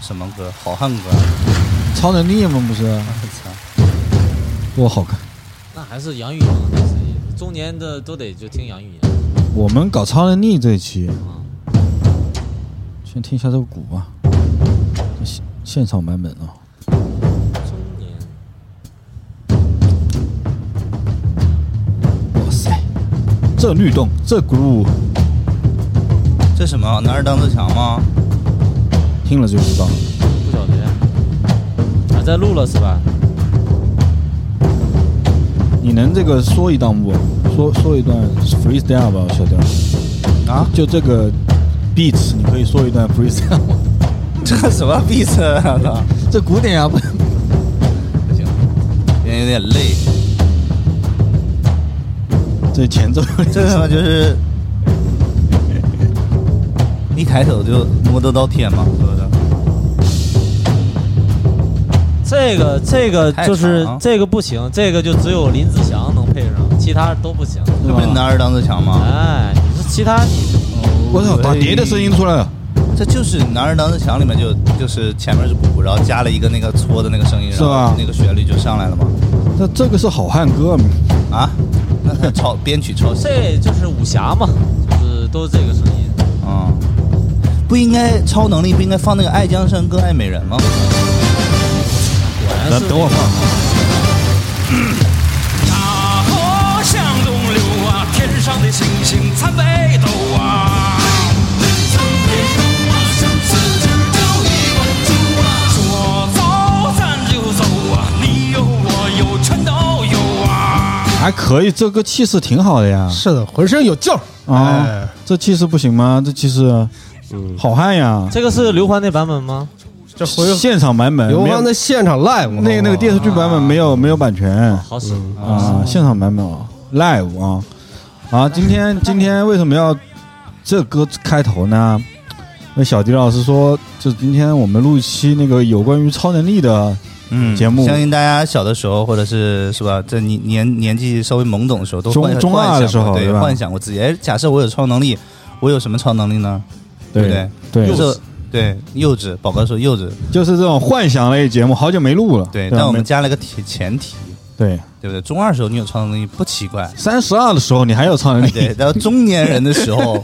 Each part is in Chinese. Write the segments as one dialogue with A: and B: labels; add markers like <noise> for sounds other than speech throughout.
A: 什么歌？好汉歌。 <laughs>
B: 超能力吗？不是，
A: 我操！
B: 多好看！
C: 那还是杨钰莹，还是中年的都得就听杨钰莹。
B: 我们搞超能力这一期，
C: 啊。
B: 先听一下这个鼓吧，这现现场版本啊。
C: 中年，
B: 哇塞，这律动，这 groove，
A: 这什么？男儿当自强吗？
B: 听了就知道了。
C: 不晓得呀。啊，在录了是吧？
B: 你能这个说一段不？说说一段 freestyle 吧，小雕。
A: 啊， <laughs>
B: 就这个 beats，你可以说一段 freestyle <laughs> 吗。
A: 这什么 b e 啊？操！
B: 这古典啊，不
A: 不行，有点有点累。
B: <laughs> 这前 <laughs> 奏有点
A: 这他妈就是一抬头就摸得到天嘛，是不是？
C: 这个这个
A: 太
C: 就是
A: 长了
C: 这个不行，这个就只有林子祥能配上，其他都不行。
A: 这不是男儿当自强吗？哦
C: 哎，你说其他你
B: 我操，打碟的声音出来了。
A: 这就是《男儿当自强》里面就就是前面是鼓，然后加了一个那个搓的那个声音，
B: 是吧
A: 然后那个旋律就上来了嘛。
B: 那这个是好汉歌吗，
A: 啊， <laughs> 那他抄编曲抄袭
C: 这就是武侠嘛，就是都是这个声音。
A: 啊、不应该超能力不应该放那个《爱江山更爱美人》吗？
C: 果然
B: 来
C: 是
B: 等我放
D: 大河啊向东流啊，天上的星星参北斗啊。说走咱就走啊，你有我有全都有啊。
B: 还可以，这个气势挺好的呀。
E: 是的，浑身有劲儿。
B: 啊
E: 哎，，
B: 这气势不行吗？这气势，
A: 嗯
B: 好汉呀！
C: 这个是刘欢那版本吗？
E: 这回
B: 现场版本，
E: 刘
B: 没有
E: 欢的现场 live，啊
B: 那个那个电视剧版本没有没有版权
C: 好使，
B: 啊，现场版本啊，live 啊啊！今
E: <laughs>
B: 天今天为什么要这歌开头呢？因为小迪老师说，就今天我们录一期那个有关于超能力的
A: 嗯，
B: 节目
A: 相信大家小的时候，或者是是吧，这年年年纪稍微懵懂的时候，都
B: 中
A: 幻
B: 中二
A: 幻想
B: 的时候
A: 过对，
B: 对吧
A: 幻想过自己，哎，假设我有超能力，我有什么超能力呢？对不
B: 对对，
A: 就是对幼稚，宝哥说幼稚，
B: 就是这种幻想类节目，好久没录了。
A: 对，
B: 吧
A: 但我们
B: 没
A: 加了个前前提，
B: 对
A: 对不对？中二时候你有超能力不奇怪，
B: 三十二的时候你还有超能力，
A: 对，然后中年人的时
B: <laughs>
A: 候，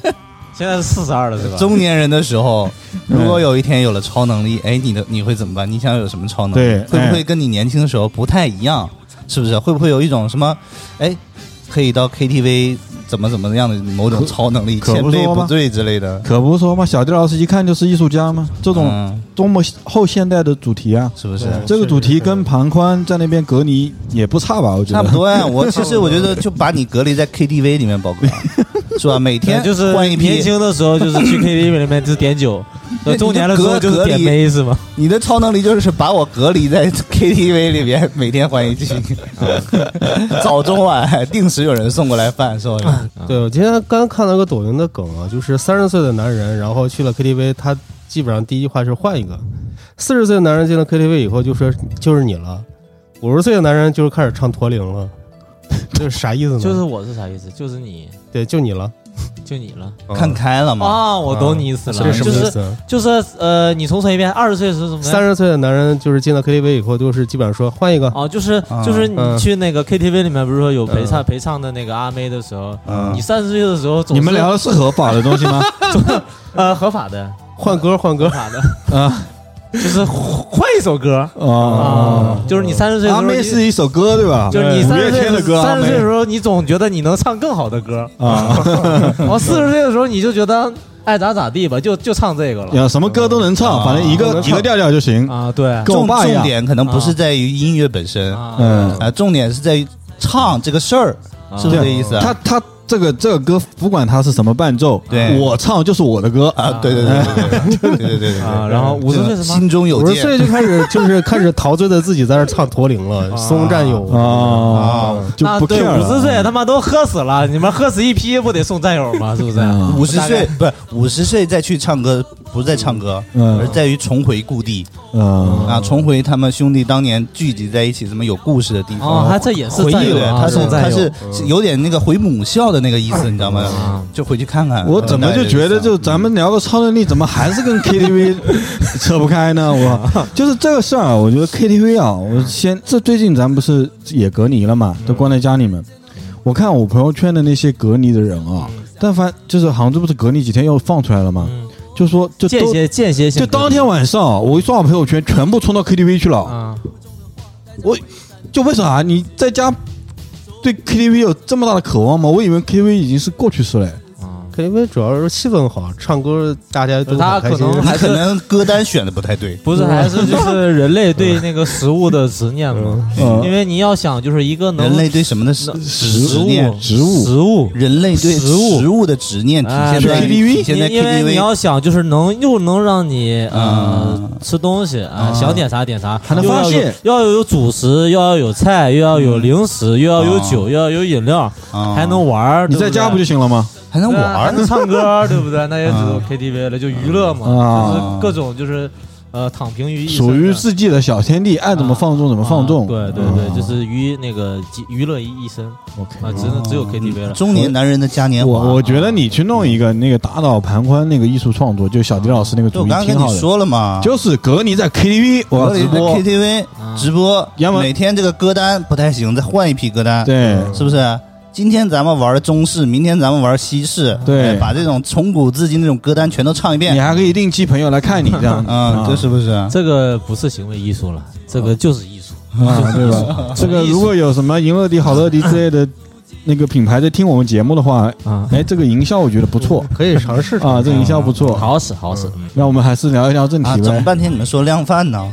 C: 现在是四十二了是吧？
A: 中年人的时候，如果有一天有了超能力，哎，你的你会怎么办？你想有什么超能
B: 对
A: 力？会不
B: 哎
A: 会跟你年轻的时候不太一样？是不是？会不会有一种什么，哎，可以到 KTV 怎么怎么样的某种超能力，
B: 可
A: 千
B: 不
A: 杯
B: 说吗
A: 不醉之类的？
B: 可不是说嘛，小迪老师一看就是艺术家嘛，这种
A: 嗯，哦
B: 多么后现代的主题啊！
A: 是不是？
B: 这个主题跟庞宽在那边隔离也不差吧？我觉
A: 差
B: 得
A: 不。多呀、我其实我觉得就把你隔离在 KTV 里面，宝
B: <laughs>
A: 哥，是吧？每
C: 对
A: 天
C: 哎就是
A: 换一
C: 年
A: 批，
C: 轻的时候就是去 KTV 里面就是点
A: <laughs>
C: 酒，
A: 对
C: 中年的时候就
A: 你就
C: 是
A: 隔
C: 点
A: 离
C: 妹是吗？
A: 你的超能力就是把我隔离在 <laughs> KTV 里边，每天换一季，
C: <laughs> 啊
A: 早中晚定时有人送过来饭，是
C: 啊
A: 吧？
E: 对，我今天刚看到个抖音的梗啊，就是三十岁的男人，然后去了 KTV，他基本上第一句话是换一个；四十岁的男人进了 KTV 以后，就说就是你了；五十岁的男人就是开始唱驼铃了， <laughs> 这是啥意思呢？
C: 就是我是啥意思？就是你
E: 对，就你了。
C: 就你了
A: 看开
B: 嗯
A: 了嘛，
C: 啊！我懂你意思了，
E: 这是什
C: 就
E: 么意
C: 是
E: 思啊？
C: 就是呃，你重说一遍，二十岁的时候怎么样？
E: 三十岁的男人就是进了 KTV 以后，就是基本上说换一个，
C: 哦，就是
A: 啊
C: 就是你
E: 嗯
C: 去那个 KTV 里面，不是说有陪
E: 嗯
C: 唱陪唱的那个阿妹的时候，
A: 嗯
C: 你三十岁的时候总
B: 啊你
C: 是，
B: 们聊的是合法的东
A: <laughs>
B: 西吗？
C: 呃合法的
E: 换歌换
C: 合
E: 歌。
C: 法的，
B: 啊
C: 就是换一首歌
B: 啊！
C: 啊，就是你三十岁的时
B: 阿
C: 候
B: 妹
C: 你，
B: 是一首歌对吧？
C: 就是你
B: 五
C: 三
B: 月
C: 十
B: 天
C: 岁
B: 的歌，阿
C: 三十
B: 妹
C: 岁的时候你总觉得你能唱更好的
B: <laughs>
C: 歌，
B: 啊，
A: <laughs>
C: 然后四十岁的时候你就觉得爱咋咋地吧，就就唱这个了
B: 呀，什么歌都能唱，
A: 啊
B: 反正一
E: 都
B: 个
E: 能
B: 一
E: 唱
B: 个调调就行。
C: 啊，对
B: 跟我
A: 重
B: 爸一
A: 重
B: 样，
A: 点可能不是在于音乐本身啊、
B: 嗯
C: 啊，
A: 重点是在于唱这个事儿，是不是这意思啊？
B: 他他这个这个歌，不管他是什么伴奏，
A: 对
B: 我唱就是我的歌。
A: 啊，对对对对对对对对对
C: 啊，然后五十岁什么
A: 心中有
E: 五十岁
A: 剑
E: 就
C: <laughs>
E: 开始就是开始陶醉的自己在那儿唱驼铃了，松占有
B: 啊，就
C: 那
B: 不
C: 对
B: care
C: 五
B: 了
C: 十岁他妈都喝死了，你们喝死一批不得送战友吗？是不是？
B: 嗯
A: 五十岁不五十岁再去唱歌，不是在唱歌，
B: 嗯
A: 而在于重回故地
B: 嗯
A: 啊，重回他们兄弟当年聚集在一起这么有故事的地
C: 哦，
A: 方。
C: 他这也是
A: 回
C: 战
A: 忆
C: 友
A: 了，
C: 啊
A: 他是
C: 这种战
A: 他
C: 友
A: 是是有点那个回母校的那个意思，你知道吗
C: 啊？
A: 就回去看看。
B: 我怎么就觉得就
A: 就
B: 咱们
C: 嗯
B: 聊个超能力，怎么还是跟
C: <laughs>
B: KTV 扯不开呢？我就是这个事儿啊，我觉得 KTV 啊，我先这最近咱不是也隔离了嘛，都关在家里面。我看我朋友圈的那些隔离的人啊，但凡就是杭州不是隔离几天又放出来了嘛，就说就
C: 嗯间
B: 都
C: 歇间歇性
B: 就
C: 的，
B: 当天晚上，啊我一刷我朋友圈，全部冲到 KTV 去了。
C: 啊，
B: 我就为啥啊你在家对 KTV 有这么大的渴望吗？我以为 KTV 已经是过去式了。
E: KTV 主要是气氛好，唱歌大家都
C: 他
E: 很开心
C: 可。能
A: 还可能歌单选的不太对，
C: 不是还是就是人类对那个食物的执念嘛？
B: 嗯
C: 因为你要想，就是一个能
A: 人类对什么的执
B: 食
A: 执
B: 物
A: 念，
B: 植物
C: 食物
A: 人类对
C: 食物
A: 食物的执念体
C: 哎
A: 现在
B: 对 KTV
A: 体现在
C: 因因为你
A: KTV。
C: 要想，就是能又能让你呃
A: 嗯
C: 吃东西啊，
A: 嗯
C: 想点啥点啥，
B: 还能
C: 又要
B: 发
C: 有
B: 泄
C: 要有主食，又要有菜，又要有零食，又要有酒，又要有饮料，
A: 嗯
C: 还能玩儿。
B: 啊你在家不就
C: 对
B: 行了吗？
A: 还能
C: 对啊还
A: 玩
C: 能
A: 呢，
C: 唱
B: <laughs>
C: 歌，对不对？那也只有 KTV 了，就娱乐嘛，就
B: 啊
C: 是各种就是呃躺平于一身的
B: 属于自己的小天地，爱怎么放纵怎么放纵。
C: 啊对对
B: 啊
C: 对，就是于那个集娱乐于一身
B: OK。
C: 啊，只能只有 KTV 了。
A: 中年男人的嘉年华。
B: 我我觉得你去弄一个那个打倒盘宽那个艺术创作，就小迪老师那个
A: 对
B: 主
A: 我
B: 意
A: 刚刚
B: 挺
A: 跟
B: 好
A: 你
B: 的，
A: 说啊了嘛，
B: 就是隔离在 KTV 我要直播，啊
A: KTV 直播
B: 要，么
A: 每天这个歌单不太行，再换一批歌单，，
B: 对
A: 是不是？今天咱们玩中式，明天咱们玩西式，
B: 对
A: 哎把这种从古至今这种歌单全都唱一
B: 你
A: 遍，
B: 还可以定期朋友来看你这样，啊
A: 嗯，这是不是？
C: 这个不是行为艺术了，这个就是艺术。
B: 啊，对吧？这个
C: 艺术
B: 如果有什么银乐迪、好乐迪之类的那个品牌在听我们节目的话， <laughs>
C: 啊，
B: 哎，这个营销我觉得不错
E: 可以尝试
B: 啊，这个营销不错。，
C: 好使好使。嗯
B: 那我们还是聊一聊正
A: 啊，
B: 题
A: 整
B: 呗。
A: 半天你们说量贩呢？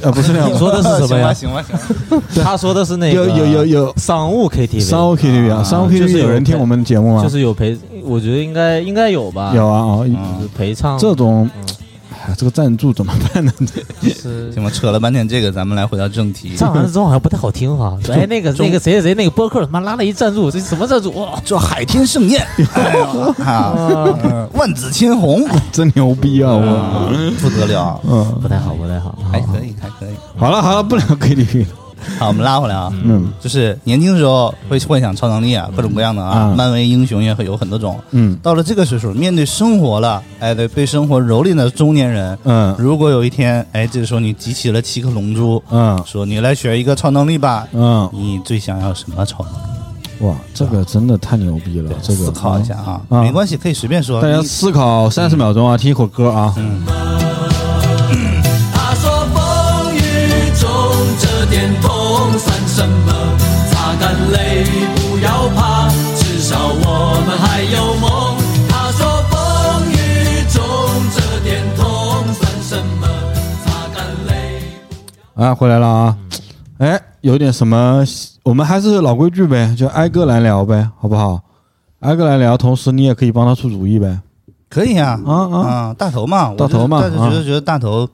B: 呃，不是那
C: 你
B: 样，
C: 说的是什么
A: <laughs>
C: 呀
A: 行吧，行吧，行吧
C: 他说的是那
B: 有
C: 个
B: 有有有
C: 商务 KTV，
B: 商务 KTV 啊，商务
C: 就是
B: KTV
C: 有
B: 有人听我们的节目吗
C: 就？是有嗯陪，我觉得应该应该有吧，
B: 有啊啊，
C: 就是陪唱
B: 这种
C: 嗯，
B: 哎呀，这个赞助怎么办呢？ <laughs>
C: 就是
A: 行吧，扯了半天这个，咱们来回到正
C: <laughs>
A: 题。
C: 唱完了之后好像不太好听 <laughs> 哈。哎，那个
A: 中
C: 那个谁谁谁那个播客他妈拉了一赞助，这是什么赞助？哇，
A: 这海天盛宴，哎呦啊，嗯万紫千红，
B: 真牛逼啊！我，
A: 不得了，
B: 嗯，
C: 不太好，不太好。
A: 还可以，还可以。
B: 好了好了，不聊 KTV 了。
A: 好，我们拉回来啊，
B: 嗯
A: 就是年轻时候会幻想超能力啊，各种各样的啊，
B: 嗯
A: 漫威英雄也会有很多种。
B: 嗯
A: 到了这个岁数，面对生活了，哎，对，被生活蹂躏的中年人，
B: 嗯
A: 如果有一天，哎，这个时候你集齐了七颗龙珠，
B: 嗯
A: 说你来学一个超能力吧，
B: 嗯，
A: 你最想要什么超能力？
B: 哇，这个真的太牛逼了！这个
A: 思考一下，啊，
B: 嗯
A: 没关系，可以随便说。
B: 大家
A: 你
B: 思考三十秒钟啊，听一会儿歌啊。
D: 他啊说风雨中这点痛算什么？啊擦干泪，不要怕，至少我们还有梦。他说风雨中这点痛算什么？擦干泪。
B: 啊，回来了啊！哎，有点什么？我们还是老规矩呗，就挨个来聊呗，好不好？挨个来聊，同时你也可以帮他出主意呗。
A: 可以啊，
B: 啊啊
A: 啊，大头嘛，我
B: 大头
A: 就
B: 嘛
A: 但是觉
B: 啊
A: 得觉得大头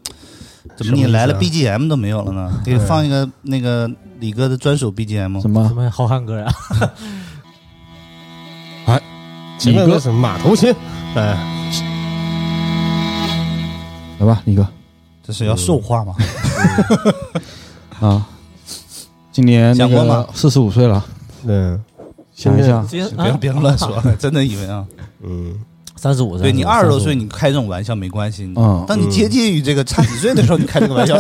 A: 怎么
E: 什么意
A: 你
E: 思
A: 来了
E: 啊
A: BGM 都没有了呢？给放一个那个李哥的专属 BGM
B: 什。么
C: <laughs> 什？么好汉歌 <laughs> 呀？
E: 前
B: 李
E: 面
B: 哥
E: 为，什么马头琴？哎，
B: 来吧，李哥
A: 这是要兽化吗？
B: 啊！今年那
A: 想过吗
B: 个四十五岁了，
E: 嗯
B: 想一下，
C: 今
A: <laughs> 别别乱说了，真的以为啊，
E: 嗯，
C: 啊三十五岁，
A: 对
C: <laughs>
A: 你二十多岁，
C: 35，
A: 你开这种玩笑没关系。
B: 嗯
A: 当你接近于这个差几岁的时候，你开这个玩笑，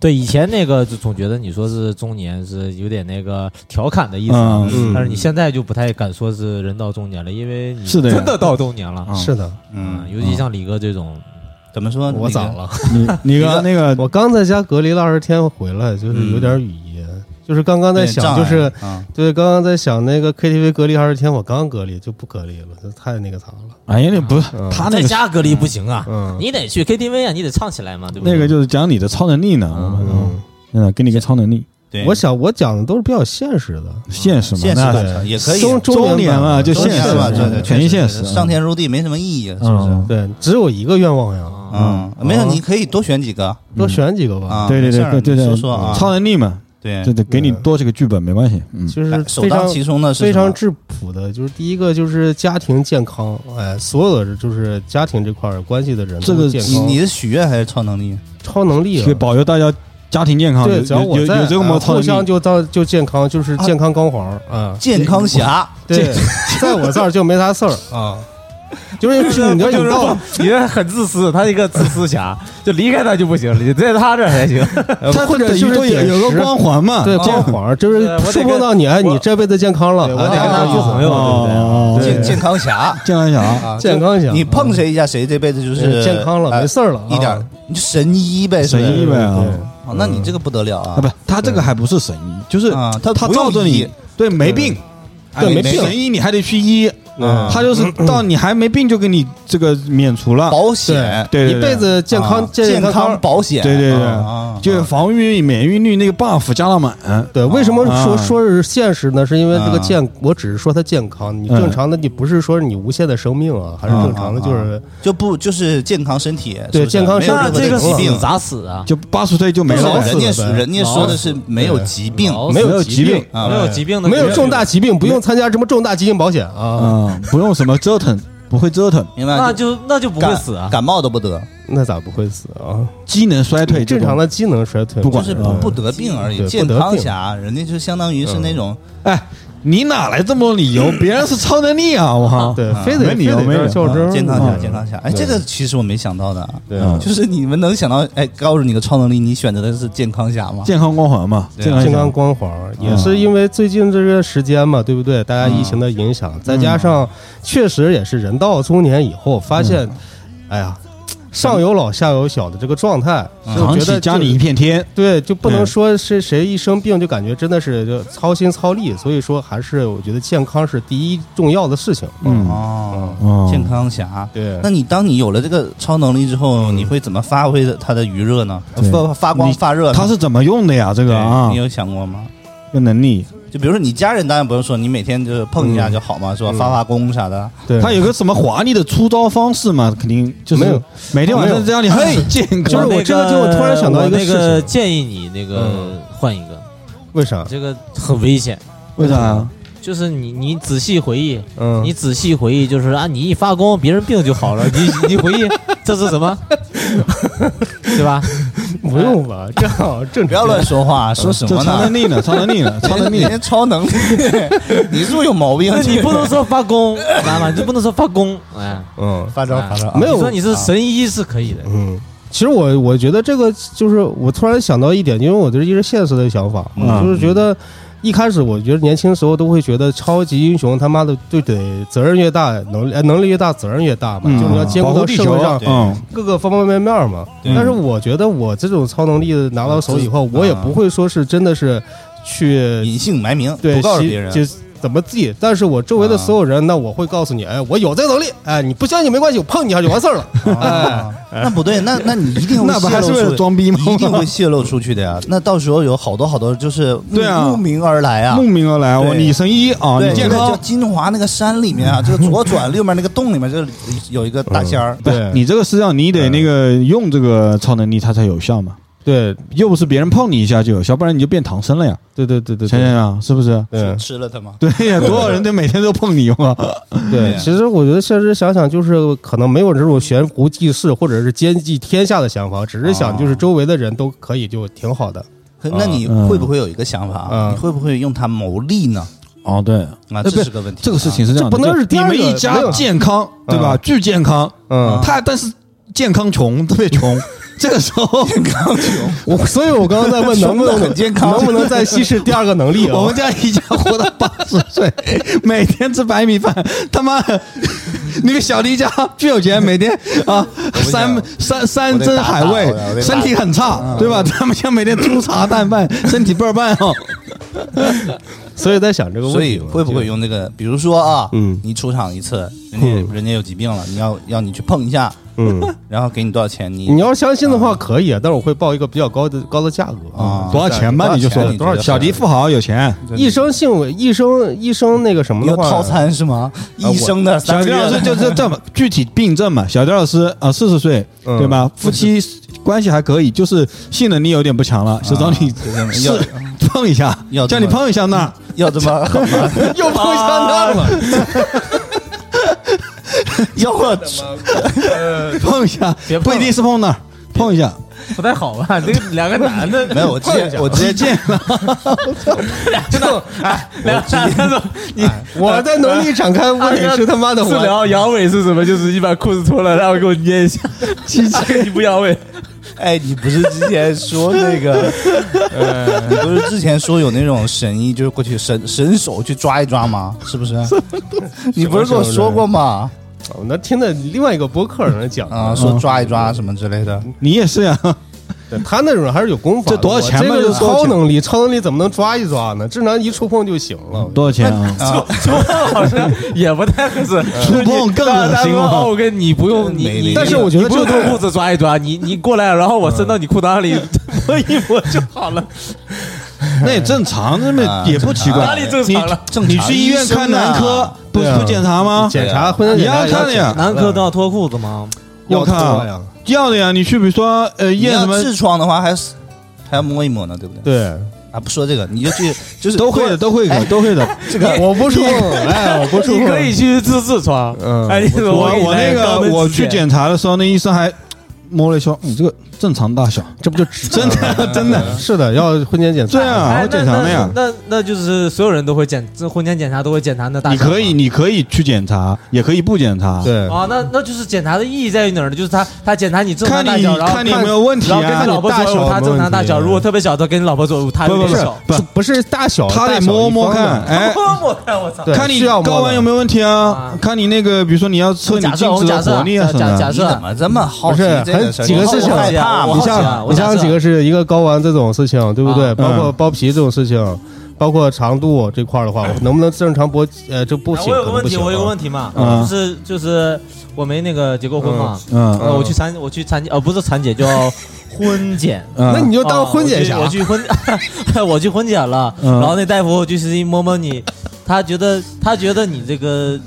C: 对以前那个就总觉得你说是中年是有点那个调侃的意思啊，
E: 嗯
C: 但是你现在就不太敢说是人到中年了，因为你
B: 是的呀
C: 真的到中年
A: 啊
C: 了。
E: 是的，
A: <laughs> 嗯，
C: 尤其像李哥这种，
A: 怎么
C: 嗯
A: 说？那
E: 我
A: 个
E: 咋？了？
B: 你李哥那个
E: 我刚在家隔离了二十天回来，就是有点语言，就是刚刚在想，
A: 嗯有
E: 就
A: 点障碍
E: 是
A: 啊，
E: 对，刚刚在想那个 KTV 隔离二十天，我刚隔离就不隔离了，这太那个啥了。
B: 哎呀，你不是
E: 嗯
B: 他
C: 在
B: 那个
C: 家隔离不行啊，
E: 嗯
C: 你得去 KTV 啊，你得唱起来嘛，对不对？
B: 那个就是讲你的超能力呢，我们
E: 嗯，
B: 嗯，给你个超能力，
A: 对，
E: 我想我讲的都是比较现实的，
B: 现实嘛，
A: 现实
B: 那
A: 版上也可以，啊
E: 中中
B: 中年
E: 年
B: 嘛
E: 版
B: 就
A: 中
B: 现
A: 年
B: 实
A: 嘛，
B: 嘛
A: 啊对对，
B: 全
A: 确实
B: 现实，
E: 啊
A: 上天入地没什么意义，了，啊是不是
B: 嗯？
E: 对，只有一个愿望呀，
A: 嗯，没有，你可以多选几个
E: 多选几个吧。
A: 啊，
B: 对对
A: 没事
B: 对
A: 儿
B: 对对
A: 你
B: 对，
A: 说说啊，
B: 超能力嘛，
A: 对，
B: 这得给你多这个剧本没关系，嗯，
E: 就
A: 来
E: 是
A: 哎首
E: 非
A: 当
E: 常
A: 其冲的是
E: 非
A: 什么
E: 常质朴的，就是第一个就是家庭健康，哎，所有的就是家庭这块儿关系的人
B: 这个
E: 都健
A: 你
E: 康，
A: 你是许愿还是超能力？
E: 超能力、啊
B: 所以，保佑大家家庭健康，啊有
E: 对，只要我
B: 有有
E: 在，
B: 有这个
E: 哎
B: 么操
E: 互相
B: 心，
E: 就当就健康，就是健康光环儿啊，
A: 健康侠，
E: <laughs> 对，在我这儿就没啥事儿
C: <laughs>
E: 啊，就是你要
C: 就
E: 有
C: 是
E: 道
C: 说你这很自私，他一个自私侠， <laughs> 就离开他就不行，你在他这儿才行。
E: 理，
B: 他
E: 或者
B: 等于
E: 就是
B: 说有
E: 点
B: 有个
E: 石
B: 光环嘛，
E: 对
B: 哦
E: 光环儿，就
C: 对
E: 是
C: 我得
E: 触
C: 跟
E: 碰到你，哎，
C: 我
E: 你这辈子健康了，
C: 对我得
E: 啊
C: 跟他做朋友
B: 哦
C: 对
A: 健
E: 对
A: 健康侠
B: 健康侠，
A: 啊，就
E: 健康一下，
A: 你碰谁一下，谁这辈子就是
E: 嗯健康了，
A: 呃
E: 没事儿了，
A: 一点
E: 啊
A: 儿，你就神医呗，是
B: 神医呗啊
E: 对
A: 哦那
E: 嗯
A: 你这个不得了
B: 啊，
A: 啊
B: 不，，他这个还不是神医，就是
A: 啊他
B: 他
A: 不用
B: 照着
A: 医
B: 你，对，没病，哎
E: 对
B: 你
E: 啊没病
B: 神医你还得去医，
A: 嗯
B: 他就是到你还没病就给你这个免除了，
E: 啊
A: 保险，
B: 对，对
E: 一辈。
B: 对
E: 子健康
A: 啊
E: 健
A: 健
E: 康
A: 康
E: 康。
A: 保险，
B: 对对对
A: 啊啊
B: 就是防御免疫率那个 buff 加到满，
E: 对，为什么说
B: 啊
E: 说是现实呢？是因为这个
A: 啊
E: 健，我只是说它健康，你
B: 嗯
E: 正常的你不是说你无限的生命啊，还是正常的，
B: 啊
E: 就是
A: 就不就是健康身体，
E: 对
A: 是不是啊
E: 健康身体
A: 没
C: 那
A: 有
E: 我
C: 这
E: 得
A: 任
C: 个
A: 何疾
C: 死
E: 疼
A: 病，
C: 咋死啊？
B: 就八十岁就没
A: 不是
E: 老
B: 了
E: 死，
A: 人家
E: 了
A: 说
E: 呗
A: 人家说的是没有疾病，
C: 老
E: 没有
C: 死
B: 疾病
A: 啊
C: 没有疾病的
E: 没有
C: 人
E: 重大疾病，不用参加什么重大基因保险啊。
B: 嗯，不用什么折腾，不会折腾，
A: 明白吗？
C: 那就那就不会死啊。
A: 感冒都不得，
E: 那咋不会死啊？
B: 机能衰退这
E: 正
B: 种
E: 常的机能衰退
B: 不
E: 嘛
B: 管
A: 就是
B: 啊
A: 不不得病而已。
E: 嗯对
A: 健
E: 不得
A: 康
E: 病
A: 侠，人家就相当于是那种
B: 哎，你哪来这么多理由？别人是超能力啊！我靠，
E: 对
A: 啊，
E: 非得
B: 没理由
E: 非得
B: 没理
E: 这
B: 由啊
E: 儿较真儿
A: 健康侠，
E: 嗯
A: 健康侠。哎，
E: 对
A: 这个其实我没想到的啊，
E: 对啊，
A: 就是你们能想到，哎，告诉你个超能力，你选择的是健康侠吗？
B: 健康光环嘛，
A: 对啊
B: 康嗯
E: 健
B: 健
E: 康光环儿也是因为最近这个时间嘛，对不对？大家疫情的影
B: 嗯
E: 响，再加上确实也是人到中年以后，发现，
B: 嗯
E: 哎呀，上有老下有小的这个状态，所以
B: 嗯
E: 我
B: 扛
E: 觉
B: 起
E: 得
B: 家
E: 就
B: 里一片天，
E: 对，就不能
B: 嗯
E: 说是谁一生病就感觉真的是就操心操力，所以说还是我觉得健康是第一重要的事情。
B: 嗯，
A: 哦，
B: 哦
A: 健康侠。
B: 嗯
E: 对
A: 那你当你有了这个超能力之后，
E: 嗯
A: 你会怎么发挥它的余热呢？
B: 对
A: 发发光
B: 你
A: 发热呢？
B: 他是怎么用的呀？这
A: 对
B: 个啊
A: 你，有想过吗？
B: 这个能力，
A: 就比如说你家人，当然不用说，你每天就是碰一下就
B: 嗯
A: 好嘛，是吧？发发功啥的。
E: 对，
B: 他有个什么华丽的出招方式嘛？肯定就是
E: 没有
B: 每天晚
E: 没
B: 上
E: 有
B: 在家 <laughs> 里嘿健
E: 就是
B: 康
E: 我这个就我突然想到一
C: 我那
E: 个事情
C: 个建议你那个
E: 嗯
C: 换一个，
E: 为啥？
C: 这个很危险。
B: 为啥？啊
C: 就是你你仔细回忆，
E: 嗯，
C: 你仔细回忆，就是啊，你一发功，别人病就好了。你你回忆这是什么？对吧？
E: 不用吧，这好正常。
A: 不要乱说话，说什
B: 这
A: 么
B: 超能
A: 呢？
B: 力 <laughs> 呢？超能力呢？超能力
A: 人，家超
B: <laughs>
A: 能力，你是不是有毛病
C: 那？你不能说发功，知道吗？你就不能说发功，哎，
E: 嗯
A: <laughs> 发招发招，
E: 没有
C: 你说你是神医是可以的，
E: 嗯。其实我我觉得这个就是我突然想到一点，因为我这是一直现实的想法，
B: 嗯
E: 就是觉得一开始我觉得年轻时候都会觉得超级英雄他妈的就得责任越大，能力哎能力越大，责任越大嘛，
B: 嗯
E: 就是你要兼
B: 保
E: 顾
B: 护
E: 到
B: 地
E: 社
B: 球
E: 会上，
B: 嗯，
E: 各个方方面面嘛。
A: 对
E: 但是我觉得我这种超能力拿到手以后，我也不会说是真的是去
A: 隐姓埋名，
E: 对
A: 嗯不告诉
E: 其
A: 别人。
E: 就怎么记。但是我周围的所有人，那我会告诉你，哎，我有这个能力，哎，你不相信没关系，我碰你一下就完事儿了。
A: 啊那不对，那那你一定会
B: 哎 <laughs> 那不还
A: 泄
B: 是
A: 露
B: 为
A: 出
B: 了装啊逼吗？
A: 一定
B: <laughs>
A: 会泄露出去的呀。那到时候有好多好多就是慕
B: 对啊
A: 慕名而来啊
B: 慕。名而来，我
A: 对
B: 你神医啊，
A: 对，
B: 你健
A: 那就
B: 康，
A: 金华那个山里
E: <laughs>
A: 面啊，这个左转右面那个洞里面，这有一个大仙儿。
E: 对
B: 你这个实际上你得那个用这个超能力，它才有效嘛。
E: 对
B: 又不是别人碰你一下就有效，不然你就变唐僧了呀。
E: 对对对对
B: 想
E: 对
B: 想想，是不是？
E: <laughs> 对
A: 吃了它吗？
B: <laughs> 对呀，多少人得每天都碰你嘛。哎
E: 对，其实我觉得现实想想，就是可能没有这种悬壶济世或者是兼济天下的想法，只是想就是周围的人都可以，就挺好的。
A: 可那你
B: 嗯
A: 会不会有一个想法啊？
E: 啊嗯呃
A: 你会不会用它谋利呢？
B: 哦，对，
A: 啊，
B: 不
A: 这是个问题啊。
B: 这个事情是这样的，
E: 这不能
B: 就是啊
E: 第
B: 你
E: 二个
B: 们一
E: 没
B: 家
E: 有
B: 健康，对吧？
E: 嗯
B: 巨健康，
E: 嗯，
B: 他但是健康穷，特别 <laughs> 穷。这个时候，
E: 我所以，我刚刚在问
B: <laughs>
E: 能
A: 穷
E: 不
A: 得
E: 能
A: 很健康
E: 能不能再稀释第二个能力啊？
B: 我们家一家活到八十岁，每天吃白米饭，他妈的，那个小黎家巨有钱，每 <laughs> 天啊
A: 不想
B: 山山山
A: 我得
B: 珍
A: 打
B: 海
A: 打
B: 味
A: 我得，打
B: 身体很差，对 <laughs> 吧？他们家每天粗茶淡饭，身体倍儿棒哦。
E: 所以在想这个问
A: <laughs> 所
E: 题
A: 以
E: 嘛，
A: 会不会
E: 就
A: 用这个？比如说啊，
E: 嗯
A: 你出场一次，人家人家有疾病了，你要要你去碰一下，
E: 嗯。
A: 然后给你多少钱？你
E: 你要相信的话可以，啊，但是我会报一个比较高的高的价格
A: 啊
B: 多少钱吧？你就说
A: 多少钱
B: 小迪富豪有钱，
E: 一生性为一生一生那个什么
A: 有
E: 的话，啊
A: 套餐是吗？
E: 我
A: 医生的
B: 小
A: 三
B: 迪
A: 个
B: 老
A: 月
B: 师
A: 的
B: 呃就这这么具体病症嘛？小迪老师啊，四十岁
E: 嗯
B: 对吧？夫妻关系还可以，就是性能力有点不强了，就找你
A: 要
B: 是 <laughs> 碰一下
A: 要，这
B: 叫
A: 么
B: 你碰一下那儿，
A: 要这 <laughs> 么狠吗？
E: 又碰上他了，
A: <laughs> 要我
B: 碰一下
C: 别，碰
B: 不一定是碰那儿，碰一下，
C: 不太好吧？这个两个男的
A: 没有，我直
C: 碰一
A: 接
C: 下
A: 我直接
B: 直接见了，
C: 真的哎，两个男的你
E: 我的能力
B: <laughs>
E: 展开，
B: 啊
E: 我也是他妈的
C: 四
E: 我。
C: 聊阳痿是什么？就是你把裤子脱了，然后给我捏一下，七七你不阳痿，
A: <laughs> 哎，你不是之前说那 <laughs> 个，呃你不是之前说有那种神医，就是过去神神手去抓一抓吗？是不是？你不是跟我说过吗？
E: 我那听的另外一个播客上讲
A: 啊、
E: 的，
A: 说抓一抓什么之类的。
B: 你也是呀，
E: 对他那种还是有功法的。
B: 这多少钱嘛
E: 我这个
B: 这
E: 是
B: 多少
E: 超
B: 钱
E: 能力，超能力怎么能抓一抓呢？正常一触碰就行了。
B: 多少钱啊？
A: 啊，
C: 触碰好像也不太合适，
B: 触碰更恶心了
C: 哦我跟你不用
A: 没
C: 你，
A: 理
C: 你
A: 但
E: 是我觉得
C: 你不用
E: 这个
C: 脱裤子抓一抓，你你过来，然后我伸到你裤裆里摸一摸就好了，
B: 那也正常，那么
A: 啊
B: 也不奇怪。
C: 哪里正常了？
A: 正常
B: 你去医院看男
A: 医生
B: 科
A: 啊，
B: 不
E: 对啊
B: 不检查吗？
E: 检查婚前
B: 啊你
E: 检查
B: 要
E: 也要
B: 看的呀
E: 检查
C: 男科都要脱裤子吗？
E: 要
B: 要看
E: 多呀
B: 啊，要的呀。你去比如说呃
A: 你
B: 验
A: 要
B: 什么，
A: 痔疮的话，还是还要摸一摸呢，对不对？
E: 对，
A: 啊，不说这个，你就去就是
B: 都会的，都会的，都会
E: <laughs>
B: 的。
A: 这个
E: 我不触碰，哎，我不触
C: 你可
E: 碰。
C: 以去治痔疮。
E: 嗯
C: 哎，我
B: <laughs> 我我那
C: 个
B: 个我去，检查的时候，那医生还摸了一下，你这个正常大
C: <laughs>
B: 小，
E: 这不就直
B: <laughs> 真的真的。
E: 是的，要婚前检查。
B: 对啊，
C: 哎
B: 我
C: 那
B: 检查了呀。
C: 那那那就是所有人都会检，这婚前检查都会检查那大小
B: 你
C: 吗。
B: 可以，你可以去检查，也可以不检查。，
E: 对，
C: 啊，那那就是检查的意义在于哪儿呢？就是他他检查你正常
B: 看
C: 大
B: 你
C: 小，然后
B: 看你有没有问题
C: 然后跟
B: 啊
C: 你？老婆
E: 看你大
C: 左右
E: 小
C: 他
E: 没
C: 正
E: 问
C: 常大
E: 题
C: 小，如果特别小的跟你老婆左右他
B: 不
C: 有
B: 不
C: 点
B: 不
C: 小。
B: 不
E: 是，不是大小，
B: 他得
E: 大小
B: 摸摸
E: 一方面
B: 看，哎，
C: <laughs> 我看我操！
E: 对，
B: 看你
E: 是要摸
B: 睾丸
E: 的
B: 有没有问题啊
C: 啊？
B: 看你那个，比如说你要测你
C: 假设
B: 精
C: 我
B: 子的
C: 假设
B: 活力啊什
C: 假
B: 么
C: 假
B: 的。
A: 你
C: 设
A: 怎么这么好奇
E: 不是
A: 这个事儿？
E: 很几个事情
A: 我好害怕吗
C: 我好
E: 你
C: 奇啊
E: 像
C: 我
E: 你
C: 假
E: 像
C: 设
E: 几个是一个睾丸这种事情，对不对？
C: 啊
B: 嗯
E: 包括包皮这种事情，包括长度这块儿的话，我能不能正常勃起？呃，这不
C: 哎
E: 行，
C: 我有
E: 可
C: 个
E: 能
C: 问
E: 不
C: 题，
E: 行啊。
C: 我有个问题嘛，
B: 嗯
C: 就是就是我没那个结过婚嘛，
B: 嗯
C: 呃，我去产我去产检，呃，不是产检，叫婚检。
B: 嗯，
E: 那你就当
C: 啊
E: 婚检侠
C: 我，去我去婚， <laughs> 我去婚检了，
B: 嗯
C: 然后那大夫就是一摸摸你，他觉得他觉得你这个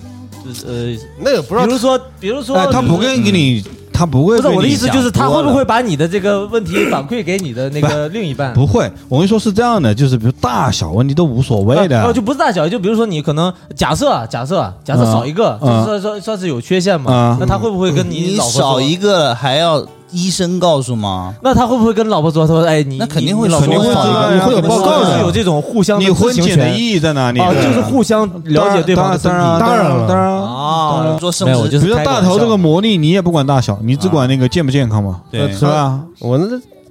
C: 就是呃，
E: 那也不
C: 比
E: 知道
C: 如说比如说啊
B: 哎，他不
C: 跟
B: 会给你，他不会
C: 嗯不
B: 给你
C: 是
B: 讲。
C: 我的意思，就是他
A: 多
C: 会
A: 了
C: 不会把你的这个问题反馈给你的那个另一半？
B: 不会，我跟你说是这样的，就是比如大小问题都无所谓
C: 呃呃
B: 的。
C: 就不是大小，就比如说你可能假设啊，假设啊，假设
B: 嗯
C: 少一个，就
B: 嗯
C: 是算算算是有缺陷嘛
B: 嗯？
C: 那他会不会跟
A: 你
C: 老婆说
A: 少一？个还要医生告诉吗？
C: 那他会不会跟老婆说？他说：“哎，你
A: 那肯定会
C: 你老
A: 肯
C: 婆
A: 定会
C: 少一
B: 说
C: 个，
B: 的呀会有报告的
C: 是有这种互相的
B: 你
C: 知
B: 婚
C: 情
B: 检的
C: 权
B: 意义在哪里？
C: 啊，就是互相了解对方的身
B: 当然，
C: 体
E: 当然了
B: 了，当然了。
C: 啊。
A: 做嗯生
C: 没有，我
A: 殖
C: 就
B: 比
C: 是
B: 如说
C: 开个
B: 大
C: 玩笑
B: 头这个魔力，你也不管大小，你只管那个健不健康嘛，
A: 对
B: 是吧？
E: 我那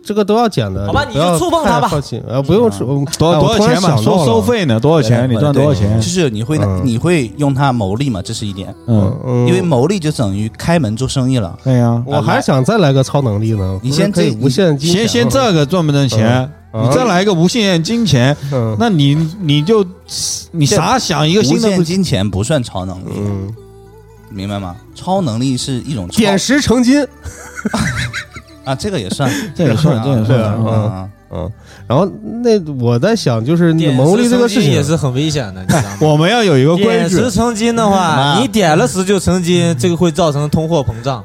E: 这个都要检的。
C: 好吧
E: 不
C: 你就
E: 要
C: 触碰他
E: 太
C: 吧
E: 好奇呃，不用触，
B: 多
E: 哎
B: 多
E: 我突
B: 少
E: 然
B: 钱嘛？
E: 想到
B: 收
E: 了
B: 收，费呢？多少钱？你赚多少钱
A: 就？是你会
E: 嗯
A: 你会用它牟利嘛？这是一点，
B: 嗯，
E: 嗯
A: 因为牟利就等于开门做生意了。
B: 对呀。
E: 我还想再来个超能力呢。
A: 你
E: 不是
A: 先
E: 可以
A: 这
E: 无限金钱
B: 先先
E: 吗，
B: 这个赚不赚钱？
E: 嗯
B: 你再来一个无限金钱，
E: 嗯
B: 那你你就你啥想一个
A: 无
B: 新的
A: 限
B: 不？
A: 金钱不算超能力，
E: 嗯，
A: 明白吗？超能力是一种超
E: 点石成金，
A: 啊，这个也算，
B: 这也算
A: 啊
B: 这也算
A: 对
E: 嗯
A: 啊
E: 嗯，然后那我在想，就是
C: 点
E: 牟利
C: 石
E: 这个
C: 成
E: 事
C: 金
E: 情
C: 也是很危险的，你知道吗？
B: 我们要有一个规
C: 点
B: 矩
C: 石，成金的话，
A: 妈
C: 你点了十就成金，这个会造成通货膨胀，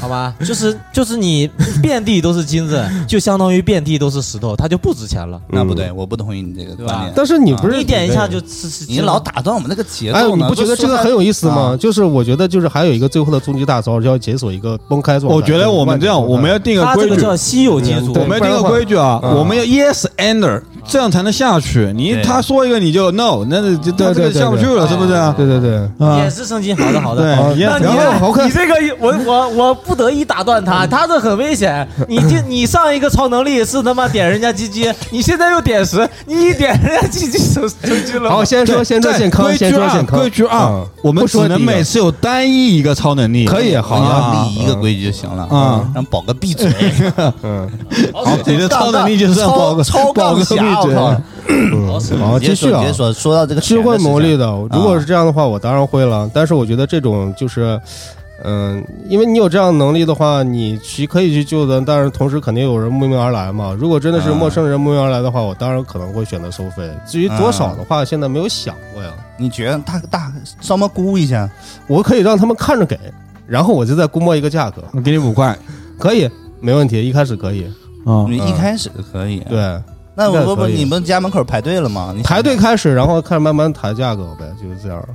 C: 好吧？就是就是你遍地都是金子，就相当于遍地都是石头，它就不值钱了。
A: 那不对，我不同意你这个
C: 对
A: 观
C: 吧
A: 点。
E: 但是你不是
C: 你点一下就是是
A: 你老打断我们那个节
E: 哎，
A: 奏
E: 你
A: 呢
E: 不觉得这个很有意思
C: 啊
E: 吗？？就是我觉得就是还有一个最后的终极大招，要解锁一个崩开状态。
B: 我觉得我们这样，
E: 就是
B: 我们要定个
C: 它这
B: 规
C: 个
B: 矩，
C: 叫稀有接触，
E: 对
B: 我们要定个规矩啊，
E: 嗯
B: 我们要 yes and，这样才能下去。你
A: 对
B: 他说一个你就 no，那就
E: 对
B: 他这
E: 对
B: 个
E: 对
B: 下不去了，是不是啊？
E: 对对对，
B: 啊
C: 点，石成金，好的好的。
B: 对，
C: 那
B: yes
C: 你
E: 嗯然后
C: 这
E: 好看嗯
C: 你这个我我我不得已打断他，他这很危
E: <laughs>
C: 险。你这你上一个超能力是他妈点人家鸡鸡，你现在又点石，你一点人家鸡鸡成成金了。
E: 好，先说
B: 对
E: 先说
B: 在
E: 健康，
B: 规矩
E: 先说
B: 二
E: 健康。
B: 规矩二
E: 嗯，
B: 我们
E: 不
B: 只
E: 说
B: 能
E: 第一个
B: 每次有单一一个超能力。
E: 可以好
A: 好，
B: 啊
A: 立一个规矩就行了
B: 啊
A: 让宝哥闭嘴。
E: 嗯，
B: 好，你的超能力就是让宝哥
A: 超超
B: 宝哥
A: 杠
B: 闭
A: 侠我
B: 嘴。
A: 靠
B: 嗯
A: 嗯
E: 好，
A: 你接
E: 继续
A: 着
E: 啊
A: 别。说，说到这个
E: 是会
A: 牟
E: 牟利的，
A: 啊
E: 如果是这样的话，我当然会了。但是我觉得这种就是，嗯，因为你有这样的能力的话，你去可以去救的，但是同时肯定有人慕名而来嘛。如果真的是
A: 啊
E: 陌生人慕名而来的话，我当然可能会选择收费。至于多
A: 啊
E: 少的话，现在没有想过呀。
A: 你觉得大大稍微估一下，
E: 我可以让他们看着给，然后我就再估摸一个价格，
B: 我给你五块，
E: 可以。没问题，一开始可以。
B: 啊
E: 嗯
A: 你一开始可以，，啊
E: 对，
A: 那我不
E: 那
A: 不，
E: 可以
A: 你们家门口排队了吗？你
E: 排队开始，然后看慢慢抬价格呗，就是这样。
A: 啊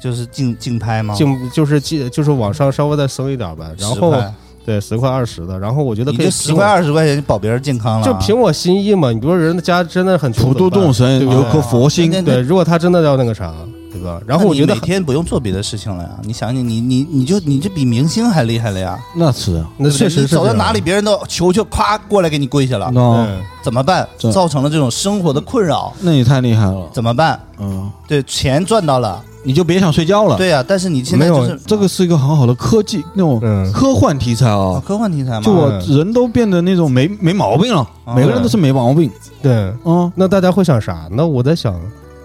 A: 就是竞竞拍吗？
E: 竞就是竞就是往上稍微再升一点呗，然
A: 10
E: 后
A: 块
E: 对十块二十的，然后我觉得
A: 你
E: 可
A: 就
E: 以
A: 十块
E: 凭我
A: 二十块钱就保别人健康了啊，
E: 就凭我心意嘛。你说人家真的很
B: 普
E: 穷
B: 度
E: 怎么办
B: 众神，
E: 对吧
B: 有颗佛心
A: 那。那
E: 对，如果他真的要那个啥，对吧？然后我觉
A: 那
E: 得
A: 你每天不用做别的事情了呀。你想想，你你你就你就比明星还厉害了呀。
B: 那是啊，
E: 那
A: 对不对
E: 确实
A: 你
E: 是
A: 走到
E: 这样嗯
A: 哪里，别人都求求夸过来给你跪下了，
B: 那
E: 对
A: 怎么办？
E: 嗯
B: 这
A: 造成了这种生活的困扰，
B: 那也太厉害了。
A: 怎么办？
B: 嗯，
A: 对，钱赚到了，
B: 你就别想睡觉了。，
A: 对呀、但是你现在就
E: 嗯没
A: 是
E: 有
B: 这个是一个很好的科技那种
E: 嗯
B: 科幻题材
A: 哦
B: 啊。
A: 科幻题材嘛，
B: 就我人都变得那种没没毛病了，每个人都是没毛病
E: 对。
B: 啊。
E: 那大家会想啥？那我在想，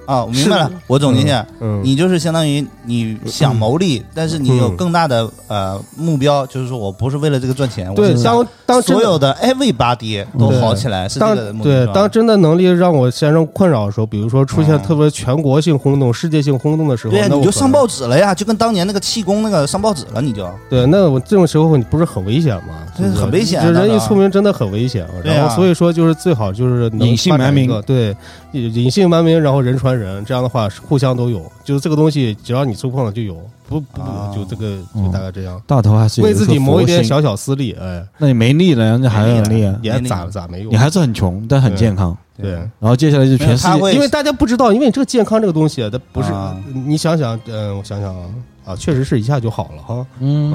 A: 啊，我明白了，我总结一下，
E: 嗯，
A: 你就是相当于你想谋利，但是你有更大的呃目标，就是说我不是为了这个赚钱，我
E: 对，
A: 是
E: 当当真
A: 所
E: 的
A: 有的哎 everybody 都
E: 对
A: 好起来，是这
E: 当
A: 个目的
E: 对
A: 是吧
E: 当真的能力让我先生困扰的时候，比如说出
A: 哦
E: 现特别全国性轰动、世界性轰动的时候，
A: 对呀，
E: 那
A: 你
E: 我
A: 就
E: 可
A: 上
E: 能
A: 报纸了呀，就跟当年那个气功那个上报纸了，你就
E: 对，那我这种时候你不是很危险吗？
A: 这
E: 对不对
A: 很危险啊
E: 就
A: 当
E: 人
A: 然
E: 一出名真的很危险啊。
A: 对啊
E: 然后所以说就是最好就是能
B: 隐姓
E: 发展
B: 埋名
E: 一个，对，隐隐姓埋名，然后人传人，这样的话互相都有。就是这个东西，只要你触碰了就有，不不
A: 啊
E: 就这个就大概这样。
B: 大头还嗯是有
E: 为
B: 一
E: 自
B: 颗
E: 己谋一
B: 佛
E: 点
B: 心，
E: 小小私利，哎，
B: 那你没力了，人家还很厉害，
E: 也
A: 没那
E: 咋
A: 个
E: 咋没用
B: 你。还是很穷，但很健康。
E: 对，
B: 然后接下来就
A: 没有
B: 全世
A: 他
B: 界，
A: 会
E: 因为大家不知道，因为这个健康这个东西，它不是
A: 啊
E: 你想想，嗯，我想想啊，啊，确实是一下就好了哈。
B: 嗯，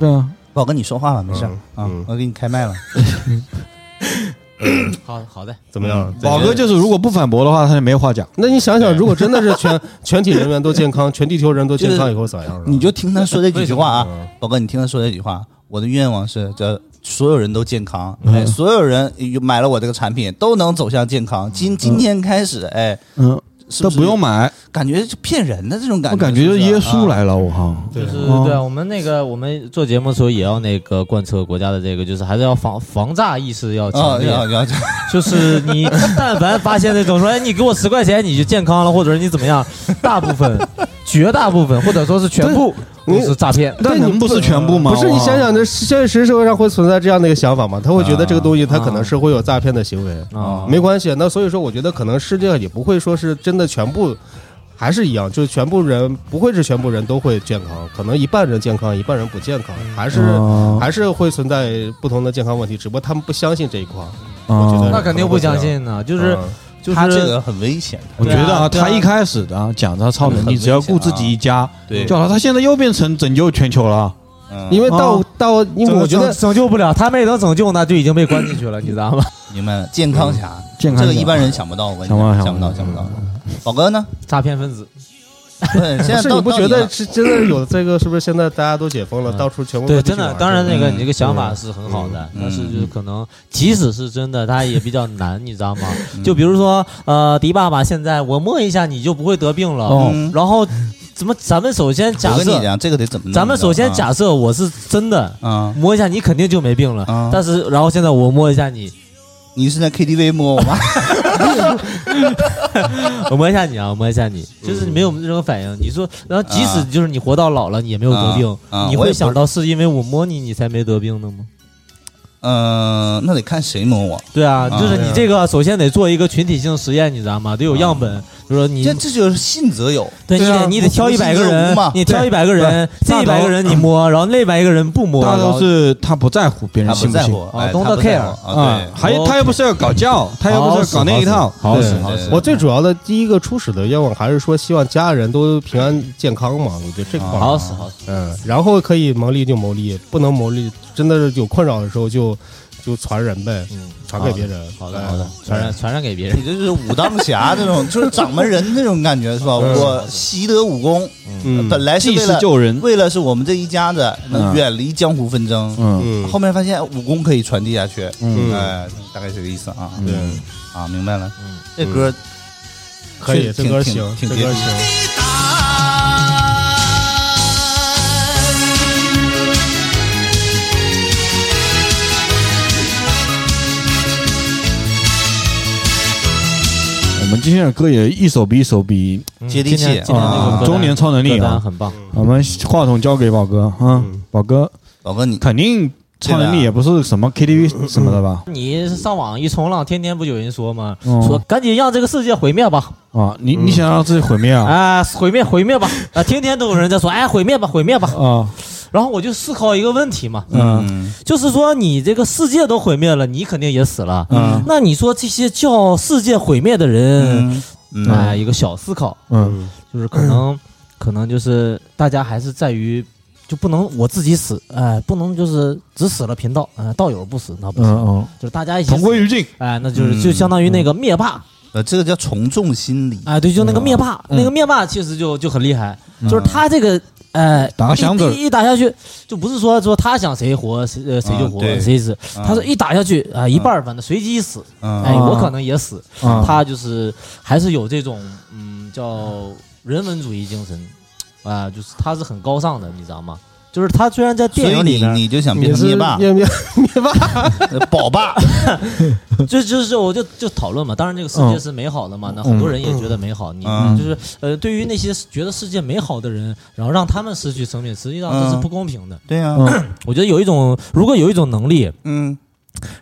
B: 对啊，
A: 我跟你说话吧，没事儿啊
E: 嗯嗯，
A: 我给你开麦了。
C: 好好的，
E: 怎么样？
A: 嗯
B: 宝哥就是如果不反驳的话，他就没话讲。
E: 那你想想，如果真的是全全体人员都健康，全地球人都健康以后咋样啊？
A: 你就听他说这几句话
E: 为什
A: 啊
E: 么，
A: 宝哥，你听他说这几句话。我的愿望是，这所有人都健康，
E: 嗯
A: 哎，所有人买了我这个产品都能走向健康。
E: 嗯
A: 今今天开始，哎，
B: 嗯，
A: 是
B: 都
A: 是
B: 不用，买，
A: 感觉就骗人的这种感
B: 我
A: 觉。
B: 感觉
A: 是
B: 就
A: 不是
B: 耶稣。
A: 啊
B: 来了，我靠！
E: 对嗯
C: 就是
B: 哦
C: 对啊我们那个我们做节目的时候也要那个贯彻国家的这个，就是还是要防防诈意识要
A: 啊，
C: 强烈。
A: 要要，
C: 就是你但凡发现那种说，哎，你给我十块钱你就健康了，或者是你怎么样，大部分、绝大部分或者说是全部都是诈骗。
B: 但能不是全部吗？
E: 不是你
B: 我靠
E: 想想，这现实社会上会存在这样的一个想法吗？他会觉得这个东西，他可能是会有诈骗的行为。
C: 啊
E: 没关系，那所以说，我觉得可能世界上也不会说是真的全部，还是一样，就是全部人不会是全部人都会健康，可能一半人健康，一半人不健康，还是
B: 啊
E: 还是会存在不同的健康问题，只不过他们不相信这一块。
B: 啊
E: 我觉得
C: 那肯定不相信呢，就是
E: 嗯
C: 就是
A: 他这个很危险的。
B: 我觉得啊，
C: 对啊
B: 他一开始的啊讲他超能
A: 很危
B: 力，
A: 险啊
B: 只要顾自己一家，
A: 对
B: 就好了。他现在又变成拯救全球了，
A: 嗯，
E: 因为到
B: 哦
E: 到，因为我觉得
C: 拯救不了，他没能拯救呢，就已经被关进去了，你知道吗？
A: 明白了，健康侠，
B: 健康
A: 这
B: 侠
A: 个一般人想不到，我跟你
B: 想不到
A: 讲，想不到，想不
B: 想不
A: 到
B: 到。
A: 宝哥呢？
C: 诈骗分子。
A: 对，现
E: 不
A: 在
E: 是
A: 到
E: 你不
A: 到
E: 觉
A: 了
E: 得是真的有这个？是不是现在大家都解封了，
C: 嗯
E: 到处全国各
C: 对，
E: 地
C: 真
E: 去
C: 的，
E: 玩
C: 当然
E: 去
C: 那个
A: 嗯
C: 你这个想法是很好的，
A: 嗯
C: 但是就是可能即使是真的，它也比较难，你知道吗？就比如说呃，迪爸爸现在我摸一下你就不会得病了，
B: 哦
A: 嗯
C: 然后怎么咱们首先假
A: 我跟你
C: 设，
A: 讲，这个得怎么弄呢？
C: 咱们首先假设我是真的。
A: 啊，啊，
C: 摸一下你肯定就没病了，
A: 嗯
C: 但是然后现在我摸一下 <laughs> 你，
A: 你是在 KTV 摸我吗？
C: 我摸一下你啊，我摸一下你，就是你没有任何反应。你说，然后即使就是你活到老了，你也没有得病，
A: 啊啊
C: 你
A: 我也不
C: 会想到是因为我摸你，你才没得病的吗？
A: 嗯，那得看谁摸我。
C: 对啊，
A: 啊
C: 就是你这个首先得做一个群体性实验，你知道吗？得有样本，比如说你
A: 这，这就是信则有，
C: 对你
A: 啊
C: 得你得挑一百个
A: 无信则无
C: 人
A: 嘛，
C: 你挑一百个人，
B: 对
C: 这一百个人你摸，然后那百个人不摸，
B: 大
C: 然
B: 都
C: 后
B: 是他不在乎别
A: 他
B: 人
A: 不
B: 信不
A: 在
B: 信
A: 乎，哎
C: don't
A: 他不在
C: care
A: 乎
B: 啊
A: 啊，。
B: 还有他又不是要搞教，他又不是要搞那一套，
E: 好使
A: 好使
E: 我最主要的第一个初始的愿望还是说，希望家人都平安健康嘛。我觉得这块儿
C: 好死好死，
E: 嗯，然后可以谋利就谋利，不能谋利，真的是有困扰的时候就就传人呗，
C: 嗯，
E: 传给别人。
C: 好的，
E: 哎
C: 好的，好的，传染传染给别
A: 对，
C: 人，
A: 你这是武当侠这种，就是掌门人那种感觉是吧？
E: 嗯
A: 我习得武功，
E: 嗯，
A: 本来是
B: 济
A: 为
B: 世
A: 了
B: 救人。
A: 为了是我们这一家子能
B: 嗯
A: 远离江湖纷争，
B: 嗯
E: 嗯
A: 后面发现武功可以传递下去，
B: 嗯
A: 哎，大概这个意思啊。
E: 对，
A: 啊，明白了
C: 嗯，
A: 这歌
E: 可以，这
A: 挺
E: 歌
A: 挺
E: 行，
A: 挺
E: 这
A: 接地
E: 歌
A: 气
E: 行。
B: 我们今天的歌也一首比一首比
C: 嗯
A: 接地气
C: 今天今天那个
B: 啊
C: 歌，单
B: 中年超能力
C: 歌单
B: 啊！
C: 很棒，嗯
B: 我们话筒交给宝哥啊，宝哥
A: 宝哥你
B: 肯定超能力也不是什
C: 啊
B: 么 KTV 什么的吧？
C: 你上网一冲浪，天天不有人说吗？
B: 嗯
C: 说赶紧让这个世界毁灭吧，
B: 啊，你你想让自己毁灭啊？
C: 啊、毁灭毁灭吧，啊，天天都有人在说，哎，毁灭吧，毁灭吧。
B: 啊，
C: 然后我就思考一个问题嘛，
B: 嗯
A: 嗯，
C: 就是说你这个世界都毁灭了，你肯定也死了。
B: 嗯
C: 那你说这些叫世界毁灭的人，
A: 嗯嗯
C: 哎、一个小思考，
B: 嗯
C: 就是可能，可能就是大家还是在于。就不能我自己死，哎，不能就是只死了频道，哎，道友不死那不
B: 嗯
C: 行，
B: 嗯，
C: 就是大家一起死
B: 同归于尽。
C: 哎，那就是
A: 嗯
C: 就相当于那个灭霸，
A: 呃，这个叫从众心理，
C: 哎，对，就那个灭霸，
B: 嗯
C: 那个灭霸其实就就很厉害，
A: 嗯
C: 就是他这个，哎，
B: 打个响指
C: 一一一打下去，就不是说说他想谁活谁呃谁就活
A: 啊对
C: 谁死，
A: 啊
C: 他是一打下去啊，一半儿反正随机死，哎，
A: 嗯
C: 我可能也死，
B: 啊
C: 他就是还是有这种嗯叫人文主义精神，啊，就是他是很高尚的，你知道吗？就是他虽然在
A: 所
C: 电
A: 以
C: 影里
A: 你
C: 面，
A: 你就想变
E: 你
A: 成
E: 是
A: 灭霸、
C: <laughs>
E: 灭灭灭霸，
A: 呃宝爸，
C: 就就是我就就讨论嘛，当然这个世界是美好的嘛，那很多人也觉得美好。你
A: 嗯
C: 就是呃，对于那些觉得世界美好的人，然后让他们失去生命，实际上这是
A: 嗯
C: 不公平的。
A: 对呀，
B: 嗯
C: 我觉得有一种，如果有一种能力，
A: 嗯，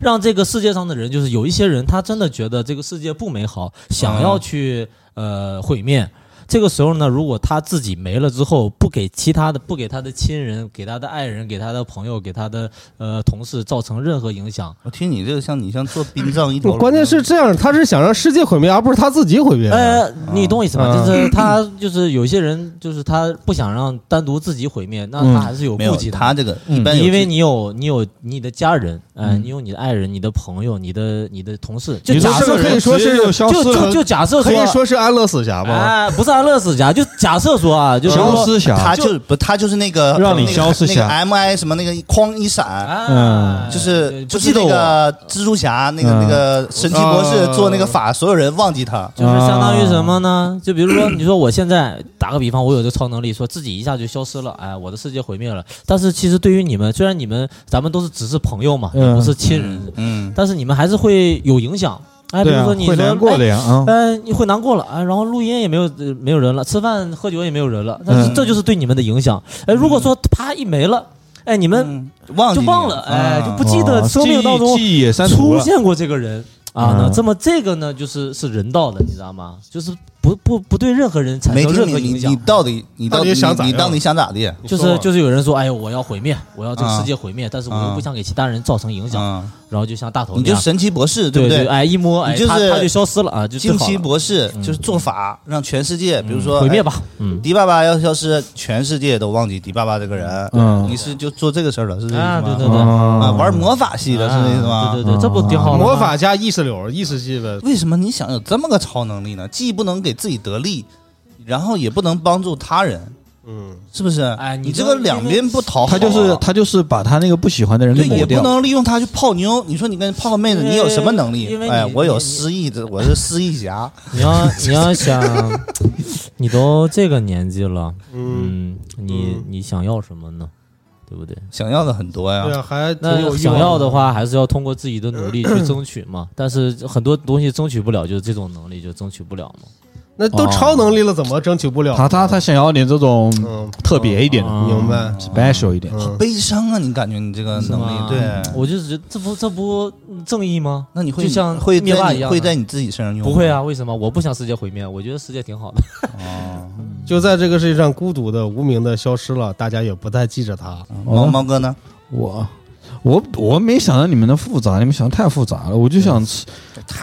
C: 让这个世界上的人，就是有一些人，他真的觉得这个世界不美好，想
A: 嗯
C: 要去呃毁灭。这个时候呢，如果他自己没了之后，不给其他的，不给他的亲人、给他的爱人、给他的朋友、给他的呃同事造成任何影响，
A: 我听你这个像你像做殡葬一条龙，
E: 关键是这样，他是想让世界毁灭，而不是他自己毁灭。
C: 呃，你懂我意思吗？
E: 啊
C: 就是他，就是有些人，就是他不想让单独自己毁灭，那
B: 嗯
C: 他还是有
A: 没有
C: 顾忌的。
A: 他这个一般有
C: 因为
A: 这
C: 你有你有你的家人，哎，
B: 嗯
C: 你有你的爱人、你的朋友、你的你的同事，就
B: 你说
C: 假
B: 这
C: 设
B: 个人
E: 可以说
B: 直接
E: 是
B: 就消
C: 就
B: 失
C: 就
B: 了，
C: 就假设
E: 可以
C: 说，
E: 说是安乐死侠吗？
C: 哎，不是安乐死家，就假设说啊，就是
B: 消
C: 说，
B: 失侠
A: 他就不他就是那个
B: 让你
A: 那个
B: 消失
A: 那个
B: 侠
A: M I 什么那个哐一闪。
C: 哎
A: 嗯呃就是
C: 不
A: 就是
C: 记得
A: 那
C: 我，
A: 个蜘蛛侠，那个
B: 嗯
A: 那个神奇博士
E: 啊
A: 做那个法，所有人忘记他。
C: 就是相当
B: 啊
C: 于什么呢？就比如说，你说我现在打个比方，我有这个超能力，说自己一下就消失了，哎，我的世界毁灭了。但是其实对于你们，虽然你们咱们都是只是朋友嘛，也
B: 嗯
C: 不是亲人，
A: 嗯嗯，
C: 但是你们还是会有影响。哎，比
B: 对
C: 如
B: 啊
C: 说你，
B: 会
C: 说
B: 难过的呀啊
C: 哎，哎，你会难过了，哎，然后录音也没有、呃没有人了，吃饭喝酒也没有人了，但是
B: 嗯
C: 这就是对你们的影响。哎，如果说啪一没了，哎，你们
A: 嗯忘记
C: 就
A: 你
C: 忘了，哎，
A: 啊
C: 就不记得
B: 哦
C: 生命当中
B: 记忆记忆也删除
C: 出
B: 了，
C: 现过这个人啊，那
B: 嗯
C: 这么这个呢，就是是人道的，你知道吗？就是不不不对任何人产
A: 没
C: 生
A: 听
C: 任
A: 你
C: 何
A: 你
C: 影
A: 你
C: 响。
A: 到底你
E: 到底
A: 底
E: 想咋
A: 你
E: 样
A: 到底想咋地？
E: 你
C: 就
E: 说
C: 是
E: 吧
C: 就是有人说，哎呦，我要毁灭，我要这个
A: 啊
C: 世界毁灭，但是我又
A: 啊
C: 不想给其他人造成影响，
A: 嗯，
C: 然后就像大头
A: 你
C: 那
A: 就
C: 样，
A: 神奇博士
C: 对
A: 不对？
C: 哎，一摸，哎，
A: 你就是
C: 他他就消失了啊，就
A: 惊
C: 正好
A: 奇
C: 了嗯
A: 博士就是做法，让全世界，比如说
C: 毁灭。
A: 哎
C: 吧，嗯，
A: 迪爸爸要消失，全世界都忘记迪爸爸这个人。
B: 嗯
A: 你是就做这个事儿了，是这意思
C: 啊，
A: 吗？
C: 对对对，
A: 啊，
B: 啊
A: 玩魔法系的是这意思吗？
C: 啊对对对，这不挺好的吗
E: 魔法加意识流，意识系的，
A: 为什么你想有这么个超能力呢？既不能给自己得利，然后也不能帮助他人，
E: 嗯，
A: 是不是？
C: 哎你
A: 你这个两边不讨好，
B: 他就是他就是把他那个不喜欢的人给
A: 对，也
B: 抹
A: 不
B: 掉，
A: 能利用他去泡妞。你说你跟泡个妹子，
C: 因为
A: 你有什么能力
C: 因为？你
A: 哎，我有
C: 你
A: 失忆的，我是失忆侠。
C: 你要你要想， <laughs> 你都这个年纪了，嗯，你你想要什么呢？对不对？
A: 想要的很多呀
E: 对。啊，还挺有
C: 那
E: 欲
C: 想
E: 望
C: 要的，话，还是要通过自己的努力 <clears throat> 去争取嘛。但是很多东西争取不了，就是这种能力就争取不了嘛。
E: 那都超能力了，怎么争取不了？
B: 他他他想要点这种
E: 嗯，
B: 特别一点的
C: 嗯
E: 明白，
B: ，special 一点，
E: 嗯，
A: 悲伤啊，你感觉你这个能力对？
C: 嗯我就觉得这不这不正义吗？
A: 那你会
C: 就像
A: 会
C: 灭霸
A: 在
C: 一
A: 你
C: 样
A: 会
C: 的
A: 在你自己身上用？
C: 不会，啊？为什么？我不想世界毁灭，我觉得世界挺好的。
A: <laughs>
E: 就在这个世界上，孤独的、无名的消失了，大家也不再记着他。
A: 毛毛哥呢？
B: 我我我没想到你们的复杂，你们想的太复杂了，我就想吃，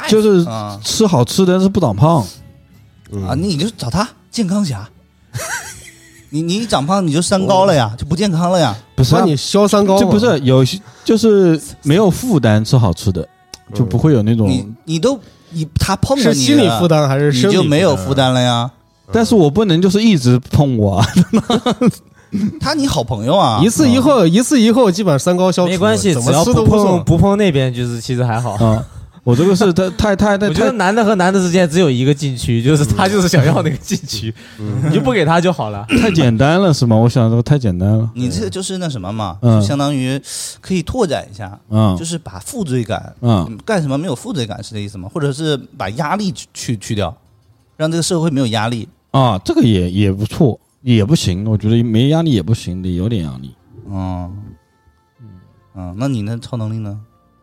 B: 就是
A: 啊
B: 吃好吃的，但是不长胖。
A: 啊，你就找他健康侠。 <laughs> 你你一长胖你就三高了呀，就不健康了呀。
B: 不是、
E: 那
B: 啊，
E: 你消三高吗
B: 就不是有些就是没有负担，吃好吃的就不会有那种。
A: 你你都你他碰着
E: 是
A: 你
E: 心理负
A: 担，
E: 担还是
A: 你
E: 生理
A: 就没有负担了呀。
B: 但是我不能就是一直碰我啊，
A: 他你好朋友啊
E: 一，次一后，一次一后，基本上三高消除，
C: 没关系，
E: 怎
C: 只
E: 么
C: 要
E: 吃
C: 不
E: 都无所
C: 碰
E: 谓。
C: 不碰那边，就是其实还好。
B: 啊 <laughs> 我这个是太太太太
C: 我觉得
B: 太
C: 男的和男的之间只有一个禁区，就是
A: 嗯
C: 他就是想要那个禁区， <laughs> 你就不给他就好了。
B: 太简单了是吗？我想这个太简单了，
A: 你这就是那什么嘛，
B: 嗯
A: 就相当于可以拓展一下，
B: 嗯
A: 就是把负罪感，
B: 嗯
A: 嗯，干什么没有负罪感是这意思吗？或者是把压力去去去掉，让这个社会没有压力。
B: 啊，这个也也不错，也不行，我觉得没压力也不行，得有点压力。
A: 嗯，嗯，那你那超能力呢？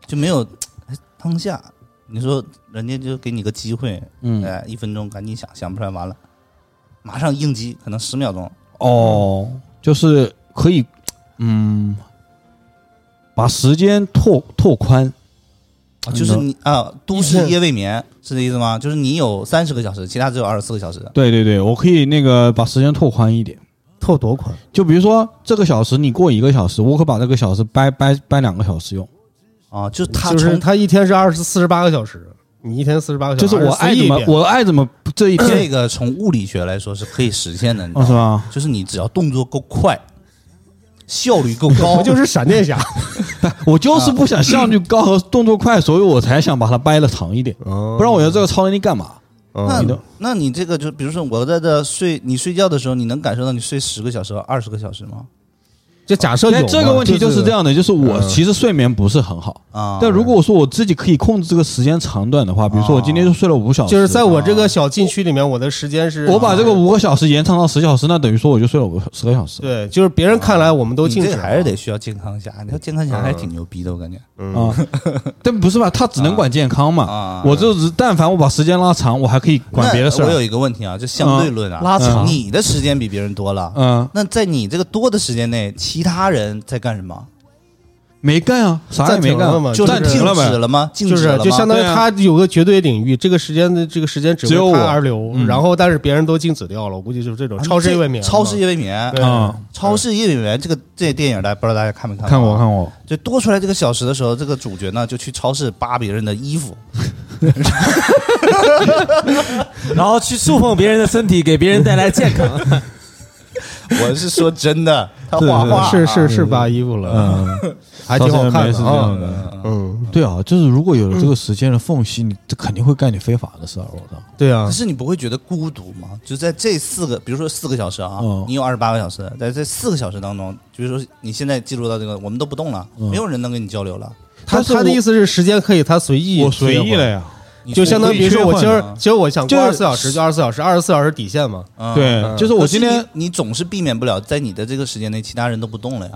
A: 就没有哎当下，你说人家就给你个机会，
B: 嗯，
A: 哎，一分钟赶紧想想不出来，完了，马上应激，可能十秒钟，
B: 哦，就是可以，嗯，把时间拓拓宽，
A: 啊就是你啊，都市夜未眠是这意思吗？就是你有三十个小时，其他只有二十四个小时。
B: 对对对，我可以那个把时间拓宽一点。
E: 透多宽？
B: 就比如说这个小时你过一个小时，我可把这个小时掰掰掰两个小时用，
A: 啊，就是他
E: 就是
A: 从
E: <clears throat> 他一天是二十四十八个小时，你一天四十八个小
B: 就
E: 时，
B: 是我爱
E: 21
B: 怎么
E: 遍
B: 我爱怎么这一天，
A: 这个从物理学来说是可以实现的，你知
B: 哦
A: 道
B: 是
A: 吗？
B: 吧？
A: 就是你只要动作够快，效率够高，
E: 我 <laughs> 就是闪电侠。
B: 我就是不想效率高和动作快，所以我才想把它掰的长一点，
E: 不
B: 不然我觉得这个超能力干嘛？
A: 那
B: 你的
A: 那你这个就比如说我在这睡，你睡觉的时候，你能感受到你睡十个小时、二十个小时吗？
E: 就假设有
B: 哎
E: 嘛
B: 这个问题就是这，样的，就是我
E: 嗯
B: 其实睡眠不是很好，
A: 啊，
B: 但如果我说我自己可以控制这个时间长短的话，比如说我今天就睡了五小时，
E: 就是在我这个小禁区里面，我的时间是
B: 我把这个五个小时延长到十小时，那等于说我就睡了五十个小时
E: 对，就是别人看来我们都
A: 你
E: 禁
A: 这
E: 止
A: 个
E: 了，
A: 还是得需要健康侠，你看健康侠还挺牛逼的，我感觉
B: 啊。但不是吧？他只能管健康嘛
A: 啊。
B: 我这只但凡我把时间拉长，我还可以管别的事
A: 那我
B: 儿。
A: 有一个问题啊，就相对论啊，
C: 拉长
A: 你的时间比别人多了，
B: 嗯，
A: 那在你这个多的时间内，其他人在干什么？
B: 没干啊，啥也没
E: 暂停了
B: 干，
E: 嘛
A: 就是
B: 暂停
A: 停
B: 了
A: 止
B: 呗。
A: 了吗？静
E: 就
A: 止
E: 是
A: 了吗？
E: 就相当于
B: 对啊
E: 他有个绝对领域，这个时间的这个时间只
B: 只有
E: 为
B: 我
E: 他而流，
B: 嗯
E: 然后但是别人都禁止掉了，我估计就是这种
A: 啊
E: 超市
A: 这
E: 夜未眠嘛，
A: 超市夜未眠，
E: 对
B: 啊，
A: 超市夜未眠这个这电影，大家不知道大家看没看？
B: 看过看。过，
A: 就多出来这个小时的时候，这个主角呢就去超市扒别人的衣服，
C: 然后去触碰别人的身体，给别人带来健康。
A: 我是说真的，他
B: 是
A: 画
B: 是
A: 画
E: 是是
A: 啊
E: 是扒衣服了，
B: 嗯，
E: <laughs> 还挺好看
B: 是
E: 的
B: 这样
E: 啊。
B: 的。
E: 嗯，
B: 对啊，就是如果有了这个时间的缝隙，你这肯定会干点非法的事儿。我操，
E: 对啊
A: 可，是你不会觉得孤独吗？就在这四个，比如说四个小时啊，
B: 嗯
A: 你有二十八个小时，在这四个小时当中，比如说你现在进入到这个，我们都不动了，
B: 嗯
A: 没有人能跟你交流了，
E: 他
B: 但是
E: 他的
B: 我
E: 意思是时间可以他随意，
B: 我随意了。呀。
A: 你
E: 就相当于，比如说我今儿
B: 啊
A: 可以切换的
E: 今儿我想
B: 就
E: 过
B: 是
E: 二十四小时，就二十四小时，二十四小时底线嘛。
A: 嗯
E: 啊
B: 对，就是我今天
A: 可是你你总是避免不了在你的这个时间内，其他人都不动了呀，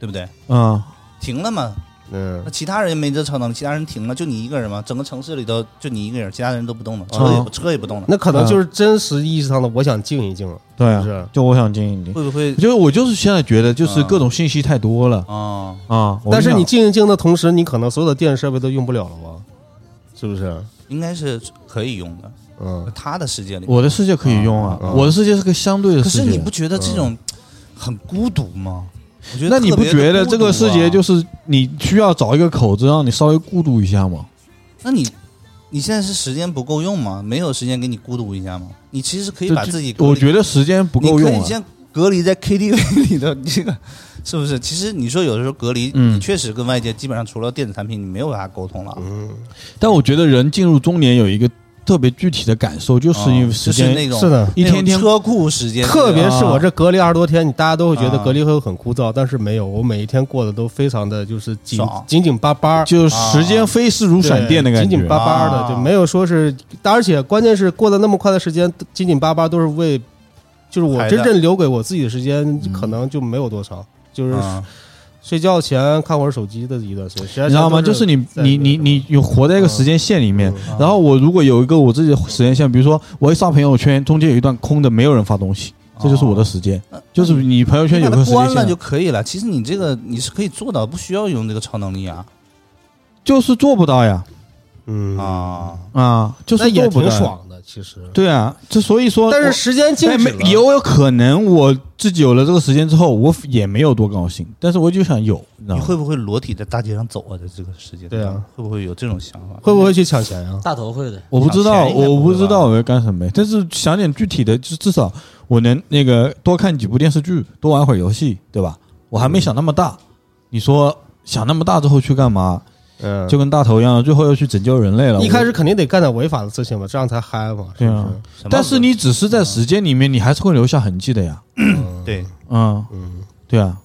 A: 对不对？
B: 嗯，
A: 停了嘛，
E: 嗯
A: 那，其他人没这超能力，其他人停了，就你一个人嘛，整个城市里头就你一个人，其他人都不动了，车也不车也不动了，
E: 哦那
B: 嗯
E: 可能就是真实意义上的我想静一静了。
B: 对
E: 是不
B: 啊
E: 是，
B: 就我想静一静。
A: 会不会
B: 就是我就是现在觉得，就是各种信息太多了
A: 啊？
B: 啊。我
E: 但是
B: 想
E: 你静一静的同时，你可能所有的电子设备都用不了了吧？是不是？
A: 应该是可以用的，
E: 嗯，
A: 他的世界里。
B: 我的世界可以用啊
E: 嗯，嗯
B: 我的世界是个相对的
A: 可
B: 世
A: 是你
B: 界啊
A: 不。觉得这种很孤独吗？我觉得？
B: 那你不觉得这个世界就是
A: 啊
B: 是你需要找一个口子让你稍微孤独一下吗？
A: 那你你现在是时间不够用吗？没有时间给你孤独一下吗？你其实可以把
B: 就
A: 自己隔离
B: 我觉得时间不够
A: 你
B: 用
A: 可以
B: 啊。
A: 先隔离在 KTV <laughs> 里头，你这个是不是？其实你说有的时候隔离，
B: 嗯
A: 你确实跟外界基本上除了电子产品，你没有啥沟通了。
B: 但我觉得人进入中年有一个特别具体的感受，就是因为
A: 啊
B: 时
A: 就是
B: 间
A: 那种
E: 是的，
B: 一天天
A: 那种车库时间，
E: 特别是
B: 啊
E: 我这隔离二十多天，你大家都会觉得
A: 啊
E: 隔离会很枯燥，但是没有，我每一天过得都非常的就是紧
A: 爽
E: 紧紧巴巴，
B: 就是时间飞逝如
E: 对
B: 闪电的感
E: 紧紧巴
B: 觉。
E: 巴的，
A: 啊
E: 就没有说是，而且关键是过得那么快的时间，紧紧巴巴都是为，就是我
A: 孩子
E: 真正留给我自己的时间可能就没有多少，就是
A: 啊
E: 睡觉前看会儿手机的一段时间，实
B: 你
E: 际
B: 知道
E: 上
B: 吗？
E: 都
B: 就是是你
E: 在
B: 你你
E: 那个
B: 你有活在一个时间线里面，
E: 嗯
B: 然后我如果有一个我自己的时间线，比如说我一刷朋友圈，中间有一段空的，没有人发东西，
E: 哦
B: 这就是我的时间。
A: 那
B: 就是你朋友圈
A: 你
B: 有
A: 把
B: 个
A: 它
B: 时间
A: 关了
B: 线，
A: 就可以了。其实你这个你是可以做到，不需要用这个超能力啊
B: 就是做不到呀，
E: 嗯，
A: 啊！
B: 啊，就是
E: 那也
B: 做不到
E: 挺
B: 呀。
E: 爽的，其实。
B: 对啊，这所以说，
E: 但是时间静
B: 我哎
E: 止
B: 没
E: 了，
B: 有有可能我自己有了这个时间之后，我也没有多高兴，但是我就想有，你知道
A: 你
B: 吗？
A: 会不会裸体在大街上走啊？在这个世界上，
E: 对啊，
A: 会不会有这种想法？
E: 会不会去抢钱呀？
C: <laughs> 大头会的，
B: 我不知道，
A: 想钱应该不会
B: 我
A: 吧
B: 不知道我要干什么，但是想点具体的，就是至少我能那个多看几部电视剧，多玩会儿游戏，对吧？我还没想那么大，你说想那么大之后去干嘛？
E: 嗯，
B: 就跟大头一样，最后要去拯救人类了。啊
E: 一
B: 我
E: 开始肯定得干点违法的事情吧，这样才嗨嘛，是
B: 对
E: 不
B: 啊
E: 是？
A: 什么
B: 但是你只是在时间里面，你还是会留下痕迹的呀。
A: 对
B: 嗯，
E: 嗯，
B: 对啊，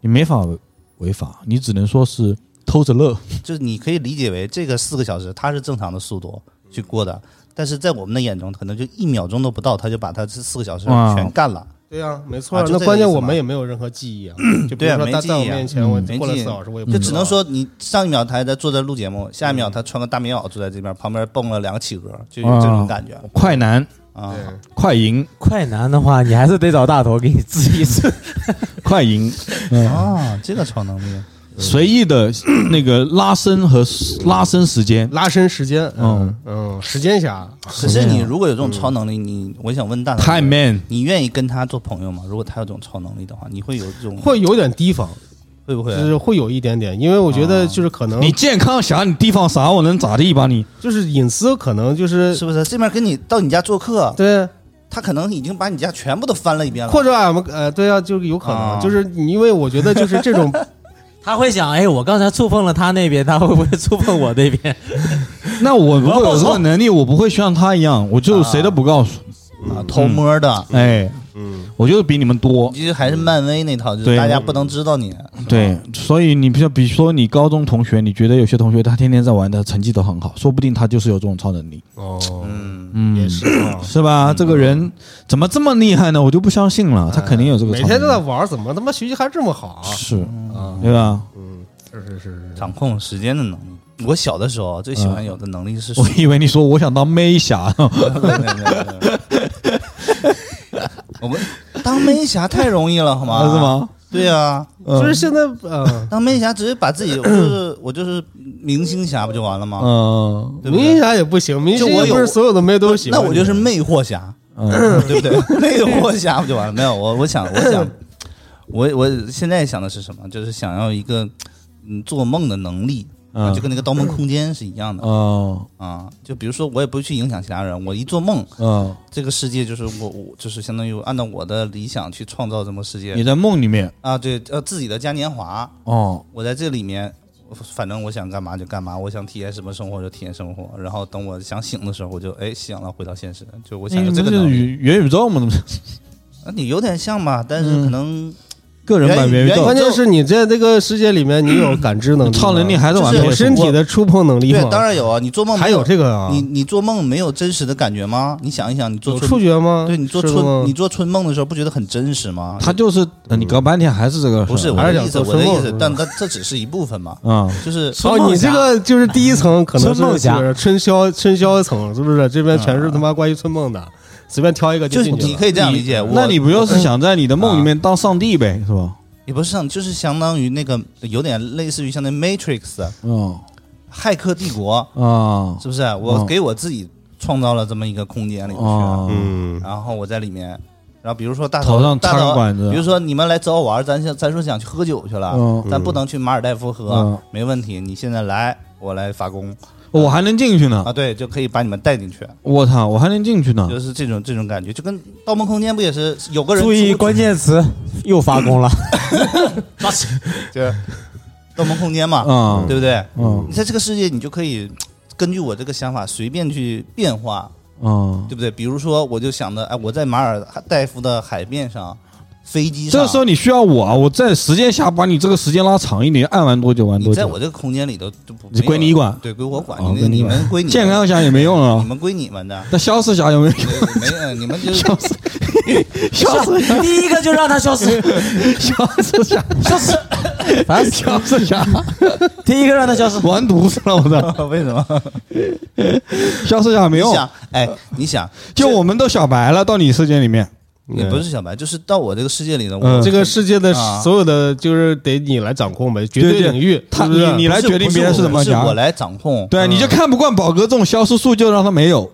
B: 你没法违违法，你只能说是偷着乐。
A: 就是你可以理解为这个四个小时，它是正常的速度去过的，但是在我们的眼中，可能就一秒钟都不到，他就把他这四个小时
B: 哇
A: 全干了。
E: 对呀、没错、
A: 啊就
E: 那
A: 这个
E: 关键
A: 意思
E: 我
A: 嘛
E: 们也没有任何
A: <clears throat>
E: 记忆啊，就比
A: 对
E: 如
A: 啊
E: 说
A: 没
E: 他
A: 记
E: 在我
A: 忆啊
E: 面前，我
A: 没
E: 过了
A: 记忆
E: 四小时，
B: 嗯
E: 我也不
A: 就
E: 知
A: 只
E: 道
A: 能说你上一秒他还在坐在录节目，下一秒他穿个大棉袄坐在这边，旁边蹦了两个企鹅，就有这
B: 啊
A: 种感觉
B: 快男、
A: 啊。
E: 对
B: 快银、
C: 快男的话，你还是得找大头给你治一治。
B: 快银，嗯
A: 啊，这个超能力，
B: 随意的那个拉伸和拉伸时间，
E: 拉伸时间，嗯嗯，时间侠，
A: 可是你如果有这种超能力，你我想问大头，
B: 太 man，
A: 你愿意跟他做朋友吗？如果他有这种超能力的话，你会有这种
E: 会有点提防，
A: 会不会啊
E: 就？是会有一点点，因为我觉得就是可能
B: 你健康啥你地方啥，我能咋地吧你？
E: 就是隐私，可能就是
A: 是不是这面跟你到你家做客，
E: 对，
A: 他可能已经把你家全部都翻了一遍了，
E: 或者俺们呃，对啊，就是有可
A: 啊
E: 能，就是你因为我觉得就是这种
C: 他会想，哎，我刚才触碰了他那边，他会不会触碰我那边？
B: 那我如果有这个能力，我不会像他一样，我就谁都不告诉。
A: 啊嗯偷摸的，
B: 哎，
E: 嗯，
B: 我就是比你们多，
A: 其实还是漫威那套，就是
B: 嗯对
A: 大家不能知道你。
B: 对，所以你比如比如说你高中同学，你觉得有些同学他天天在玩，他成绩都很好，说不定他就是有这种超能力，
E: 哦，
A: 嗯，
B: 嗯，
E: 也是啊，
B: 是吧？这个人怎么这么厉害呢？我就不相信了，他肯定有这个
E: 每
B: 超能力。
E: 天都在玩，怎么他妈学习还这么好啊？
B: 是，
E: 啊，
B: 对吧？
E: 嗯，是是是是，
A: 掌控时间的能力，我小的时候最喜欢有的能力是水
B: 嗯 <laughs> 我以为你说我想当妹侠， <laughs>
A: 我们当妹侠太容易了，好吗？
B: 啊是？吗？
A: 对呀，
E: 就是现在呃，
A: 当妹侠直接把自己，我就是我就是明星侠不就完了吗？
B: 嗯
A: 对不
E: 明
A: 对
E: 星侠也不行，明星
A: 就我
E: 又
A: 有
E: 不是所有的妹都喜欢
A: 那
E: 你，
A: 我就是魅惑侠，
B: 嗯，
A: <laughs> 对不对？魅惑侠不就完了？没有，我我想我
B: <laughs>
A: 想，我我现在想的是什么？就是想要一个嗯做梦的能力，啊
B: 嗯
A: 就跟那个《盗梦空间》是一样的
B: 嗯
A: 啊。就比如说，我也不会去影响其他人，我一做梦，
B: 嗯，
A: 这个世界就是我我就是相当于按照我的理想去创造这么世
B: 你
A: 界
B: 在梦里面
A: 啊，对，呃，自己的嘉年华，
B: 哦，
A: 我在这里面，我反正我想干嘛就干嘛，我想体验什么生活就体验生活，然后等我想醒的时候，我就哎醒了，回到现实，就我想
B: 你
A: 要
B: 不
A: 这个
B: 是
A: 能力。
B: 元元嗯宇宙吗？怎么
A: 啊你有点像吧，但
E: 嗯
A: 是可能
B: 个人版元宇
A: 元宇
B: 宙
E: 关？键是你在这个世界里面，你有感知能力吗，
B: 超能力还是玩
A: 就是
E: 有
B: 配
E: 身体的触碰能力
A: 对
E: 吗？，
A: 当然有啊，你做梦没
E: 还有这个啊，
A: 你你做梦没有真实的感觉吗？你想一想，你做
E: 有
A: 春
E: 触觉吗？
A: 对你做
E: 是的吗
A: 春你做春梦的时候，不觉得很真实吗？
B: 他就是呃你搞半天还是这个事儿，
A: 不是我
E: 还是
A: 的
E: 想
A: 意思，
E: 做
A: 我的
E: 春
A: 意
E: 梦
A: 思
E: 是，吧
A: 但它这只是一部分
E: <laughs>
A: 嘛，
B: 嗯
A: 就是
E: 哦，你这个就是第一层，可能是
C: 春梦侠
E: 就是春宵春宵层，是不是？这边全是他妈关于春梦的，随便挑一个
A: 啊就
E: 就是进去
A: 你
E: 了。
A: 可以这样理解，我
B: 那你不就是想在你的梦里面当上帝呗，是吧？
A: 也不是像，就是相当于那个有点类似于像那 Matrix
B: 嗯
A: 骇客帝国，
B: 啊
A: 是不是？我
E: 哦
B: 嗯
A: 给我自己创造了这么一个空间里面去，
B: 啊，
E: 嗯，
A: 然后我在里面，然后比如说大
B: 头
A: 头
B: 上
A: 大
B: 插个
A: 头，
B: 管子
A: 比，如说你们来找我玩，咱想咱说想去喝酒去了，
B: 嗯，
A: 咱不能去马尔代夫喝
B: 嗯，
A: 没问题，你现在来，我来发功
B: 我还能进去呢
A: 啊，，对，就可以把你们带进去。
B: 我操，我还能进去呢，
A: 就是这种这种感觉，就跟《盗梦空间》不也是有 <laughs> 个人
C: 注意
A: 出
C: 关键词，又发
A: <laughs>
C: 功了。
A: 就是《盗梦空间》嘛，
B: 啊，
A: 对不对？
B: 嗯
A: 你在这个世界，你就可以根据我这个想法随便去变化，
B: 嗯，
A: 对不对？比如说，我就想着，哎，我在马尔代夫的海面上，飞机上，
B: 这时候你需要我啊，我在时间下把你这个时间拉长一点，爱玩多久玩
A: 你
B: 多
A: 在
B: 久
A: 我，这个空间里头就不
B: 这归你，管
A: 没有对，归我管，
B: 哦
A: 你
B: 归你
A: 你
B: 管
A: 们归你们，
B: 健康哦侠也没用
A: 你
B: 了，
A: 们归你们
B: <laughs>
A: 的，
B: 那消失侠有没有？
A: <laughs> 对没有，你们就
B: 消失，消失，
C: 第一个就让他消失，
B: 消失侠，
C: 消失，
A: <laughs>
C: 烦死
B: 消失侠，
C: 第一个让他消失。
B: 完犊子了，我
A: <laughs>
B: 操！
A: 为什么？
B: 消失侠没
A: 你
B: 用，
A: 想，哎，你
B: <laughs>
A: 想，
B: 就我们都小白了，到你世界里面，
A: 也不是小白，就是到我这个世界里头，
B: 嗯
A: 我
E: 这个世界的
A: 啊
E: 所有的就是得你来掌控呗，绝
B: 对对
E: 领域，
B: 他
E: 是不是
B: 你来
A: 不是
B: 决定
A: 不
B: 别人是
A: 我
B: 怎么
A: 不是
B: 讲
A: 我来掌控，
B: 对，啊你就看不惯宝哥这种消失术，就让他没有。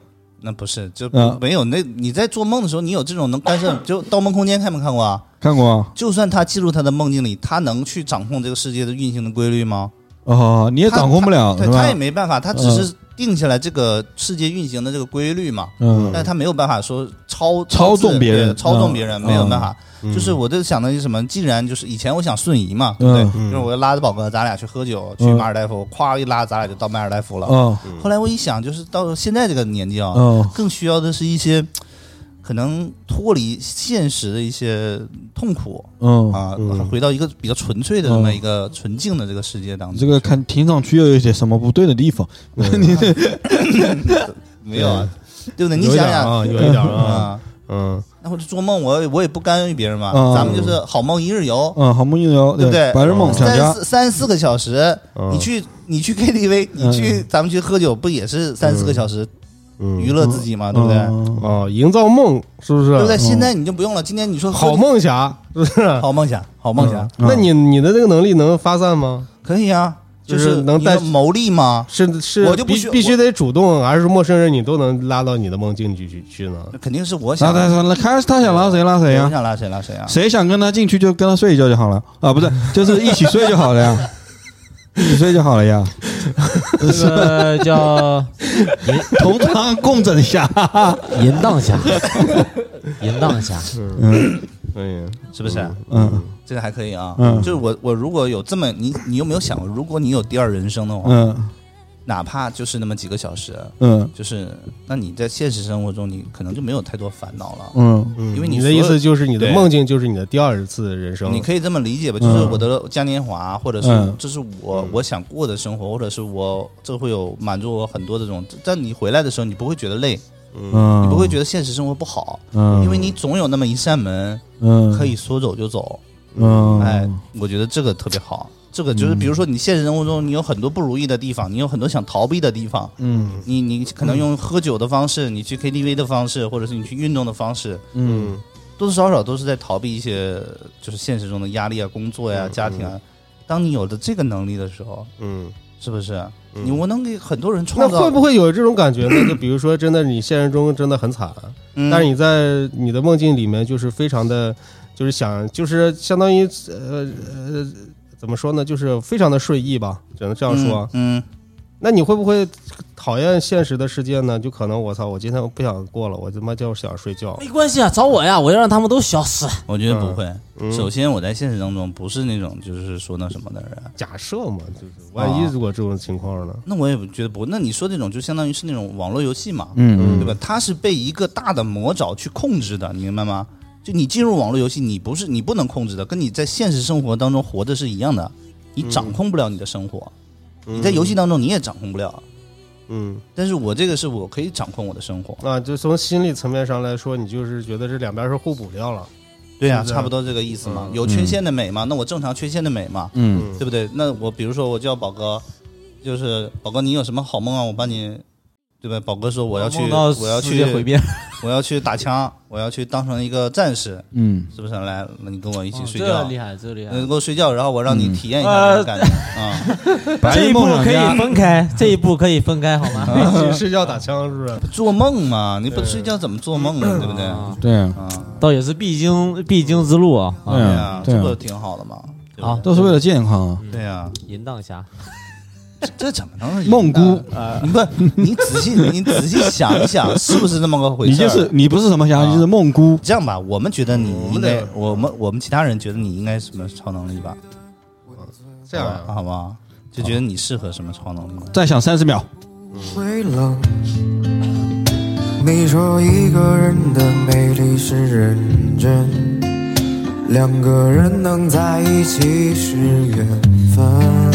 A: 那不是就
B: 嗯
A: 没有那你在做梦的时候，你有这种能干涉，就《盗梦空间》看没看过啊？
B: 看过啊？
A: 就算他进入他的梦境里，他能去掌控这个世界的运行的规律吗？
B: 哦，你也掌控不了，
A: 对
B: 是
A: 他也
B: 吧？
A: 没办法，他只是定下来这个世界运行的这个规律嘛。
B: 嗯
A: 但，是他没有办法说超
B: 操纵
A: 制
B: 别人
A: 对操纵
B: 嗯
A: 别人没有办法。
E: 嗯
A: 就是我就想的是什么？既然就是以前我想瞬移嘛，对不对？就是我拉着宝哥，咱俩去喝酒，去
B: 嗯
A: 马尔代夫，咵一拉，咱俩就到马尔代夫了。
B: 哦
A: 后来我一想，就是到现在这个年纪啊，
B: 哦，
A: 更需要的是一些可能脱离现实的一些痛苦
B: 嗯，
A: 啊，
E: 嗯
A: 回到一个比较纯粹的这么
B: 嗯
A: 一个纯净的这个世界当
B: 你
A: 中。
B: 这个看听上去又有一些什么不对的地方，你这
A: 没有啊，对不对？你
E: 有一
A: 想
E: 点
A: 想 <laughs>
E: 啊，有一点啊，
A: 啊，
E: 嗯，
A: 那我就做梦，我也我也不干预别人嘛，
B: 嗯
A: 咱们就是好梦一日游，
B: 嗯，好梦一游，
A: 对不对
B: 白日梦想
A: 三
B: 家，
A: 四三四个小时，
E: 嗯
A: 你去你去 KTV，你
B: 嗯
A: 去咱们去喝酒，不也是三四个小时
E: 嗯
A: 娱乐自己啊嘛，对不对？
B: 嗯
E: 哦，营造梦是不
A: 对不
E: 是？
A: 对？现在啊你就不用了，今天你说喝
E: <laughs> 好，梦侠是不是？
A: 好梦想，好梦
B: 嗯
A: 想，
E: 那你你的这个能力能发散吗？
A: 可以啊，就
E: 就是
A: 是
E: 能
A: 你
E: 带
A: 要谋利吗？
E: 是是，
A: 我就不
E: 必
A: 需
E: 必须
A: 我
E: 得主动，还是陌生人你都能拉到你的梦境去去去呢？
A: 肯定是我
B: 那
A: 想
B: 他
A: 拉
B: 他他开始他想拉谁拉谁
A: 谁，
B: 呀
A: 我、想拉谁拉谁啊？
B: 谁想跟他进去就跟他睡一觉就好了啊，不是，就是一起睡就好了
A: <laughs>
B: 呀，一起睡就好了呀，
C: 这个叫
B: 同床共
A: <laughs>
B: 枕下，
C: <laughs> 淫荡侠， <laughs> 淫荡侠，
B: 嗯
E: 哎呀，
A: 是不是？
B: 嗯
A: 这个还可以啊，
B: 嗯
A: 就是我我如果有这么你你有没有想过，如果你有第二人生的话，
B: 嗯
A: 哪怕就是那么几个小时，
B: 嗯
A: 就是那你在现实生活中你可能就没有太多烦恼了。
B: 嗯
E: 嗯
A: 因为
E: 你
A: 你
E: 的
A: 所
E: 意
A: 有
E: 思就是你的
A: 对
E: 梦境就是你的第二次人生，
A: 你可以这么理解吧，就是我的嘉年华，或者是
B: 嗯
A: 这是我我想过的生活，或者是我这会有满足我很多这种。但你回来的时候，你不会觉得累，
B: 嗯，
A: 你不会觉得现实生活不好，
B: 嗯，
A: 因为你总有那么一扇门
B: 嗯
A: 可以说走就走。
E: 哦
B: 嗯
A: 哎，我觉得这个特别好。这个就是，比如说你现实生活中，你有很多不如意的地方，你有很多想逃避的地方，
B: 嗯
A: 你你可能用喝酒的方式，你去 KTV 的方式，或者是你去运动的方式，
B: 嗯
E: 嗯
A: 多多少少都是在逃避一些就是现实中的压力啊、工作呀、
E: 嗯
A: 家庭啊。当你有了这个能力的时候，
E: 嗯。
A: 是不是
E: 嗯
A: 你我能给很多人
E: 那
A: 创造？
E: 会不会有这种感觉呢？就比如说，真的你现实中真的很惨，
A: 嗯
E: 但是你在你的梦境里面就是非常的，就是想，就是相当于呃呃，怎么说呢？就是非常的顺意吧，只能这样说。啊
A: 嗯，
E: 那你会不会讨厌现实的世界呢？就可能我操，我今天不想过了，我他妈就想睡觉。
C: 没关系啊，找我呀，我要让他们都消失。
A: 嗯我觉得不会。
E: 嗯
A: 首先，我在现实当中不是那种就是说那什么的人，
E: 假设嘛，就是万一
A: 啊
E: 如果这种情况呢？
A: 那我也觉得不。那你说这种就相当于是那种网络游戏嘛，
B: 嗯
A: 对吧？它是被一个大的魔爪去控制的，你明白吗？就你进入网络游戏，你不是你不能控制的，跟你在现实生活当中活的是一样的，你掌控不了你的生活，
C: 嗯
A: 你在游戏当中你也掌控不了。
E: 嗯，
A: 但是我这个是我可以掌控我的生活。
E: 啊，就从心理层面上来说，你就是觉得这两边是互补掉了。 <laughs>
A: 对呀、
E: 是这样
A: 差不多这个意思嘛。
C: 嗯
A: 有缺陷的美嘛，那我正常缺陷的美嘛，
B: 嗯
A: 对不对？那我比如说我叫宝哥，就是宝哥，你有什么好梦啊？我帮你，对吧？宝哥说我要去，
C: 梦到
A: 我要
C: 世
A: 去
C: 界毁灭，
A: 我要去打枪，我要去当成一个战士，
B: 嗯
A: 是不是？来，那你跟我一
C: 一
A: 起睡
C: 哦这
A: 觉嗯
C: 个。厉害，这个厉害
A: 你。跟我睡觉，然后我让你体验一下
C: 嗯
A: 那种感觉啊！
B: 白
C: 这
B: 日
C: 一步
B: 梦想
C: 可
B: 家
C: 以
A: <laughs>
C: 分开，这一步可以分开好
A: 嗯
C: 吗？
E: 一起睡觉打枪是不是？
A: 做梦嘛，你不睡觉怎么做梦呢？对不对？啊
C: 啊，
B: 对啊，
C: 倒也是必经必经之路啊。
B: 对
A: 对
B: 啊
C: 啊，
A: 呀，
B: 对
A: 这
B: 啊
A: 不挺好的嘛？对吧
C: 好
B: 都是为了健康
C: 嗯
B: 啊，
A: 对呀，
C: 淫荡侠，
A: 这怎么能是
B: 梦
A: 姑
B: 姑？
A: <laughs> 你不，你仔细，你仔细想一想，是不是这么个回
B: 你
A: 事儿？
B: 就是你不是什么侠，
A: 啊
B: 你就是梦姑，
A: 这样吧，我们觉得你
E: 我们
A: 应该
E: 得，
A: 我们我们其他人觉得你应该什么超能力吧？
E: 这样啊，
A: 好不好？就觉得你适合什么超能力？
B: 再想三十秒，
F: 会冷。你说一个人的美丽是认真，两个人能在一起是缘分。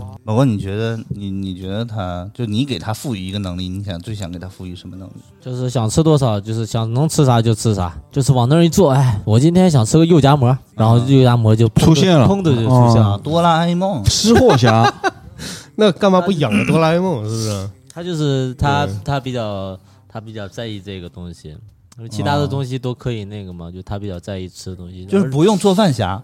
F: 忘。
A: 宝哥，你觉得你你觉得他就你给他赋予一个能力，你想最想给他赋予什么能力？
C: 就是想吃多少，就是想能吃啥就吃啥，就是往那儿一坐，哎，我今天想吃个肉夹馍，然后肉夹馍就砰的
B: 出现了
C: 砰的就出现
E: 哦
A: 啊，
C: 了。
A: 哆啦 A 梦，
B: 吃货侠，
A: <laughs>
E: 那干嘛不养个哆啦 A 梦？是不是？
C: 他就是他
E: 对，
C: 他比较他比较在意这个东西，因为其他的东西都可以那个嘛，就他比较在意吃的东西，
A: 就是不用做饭侠。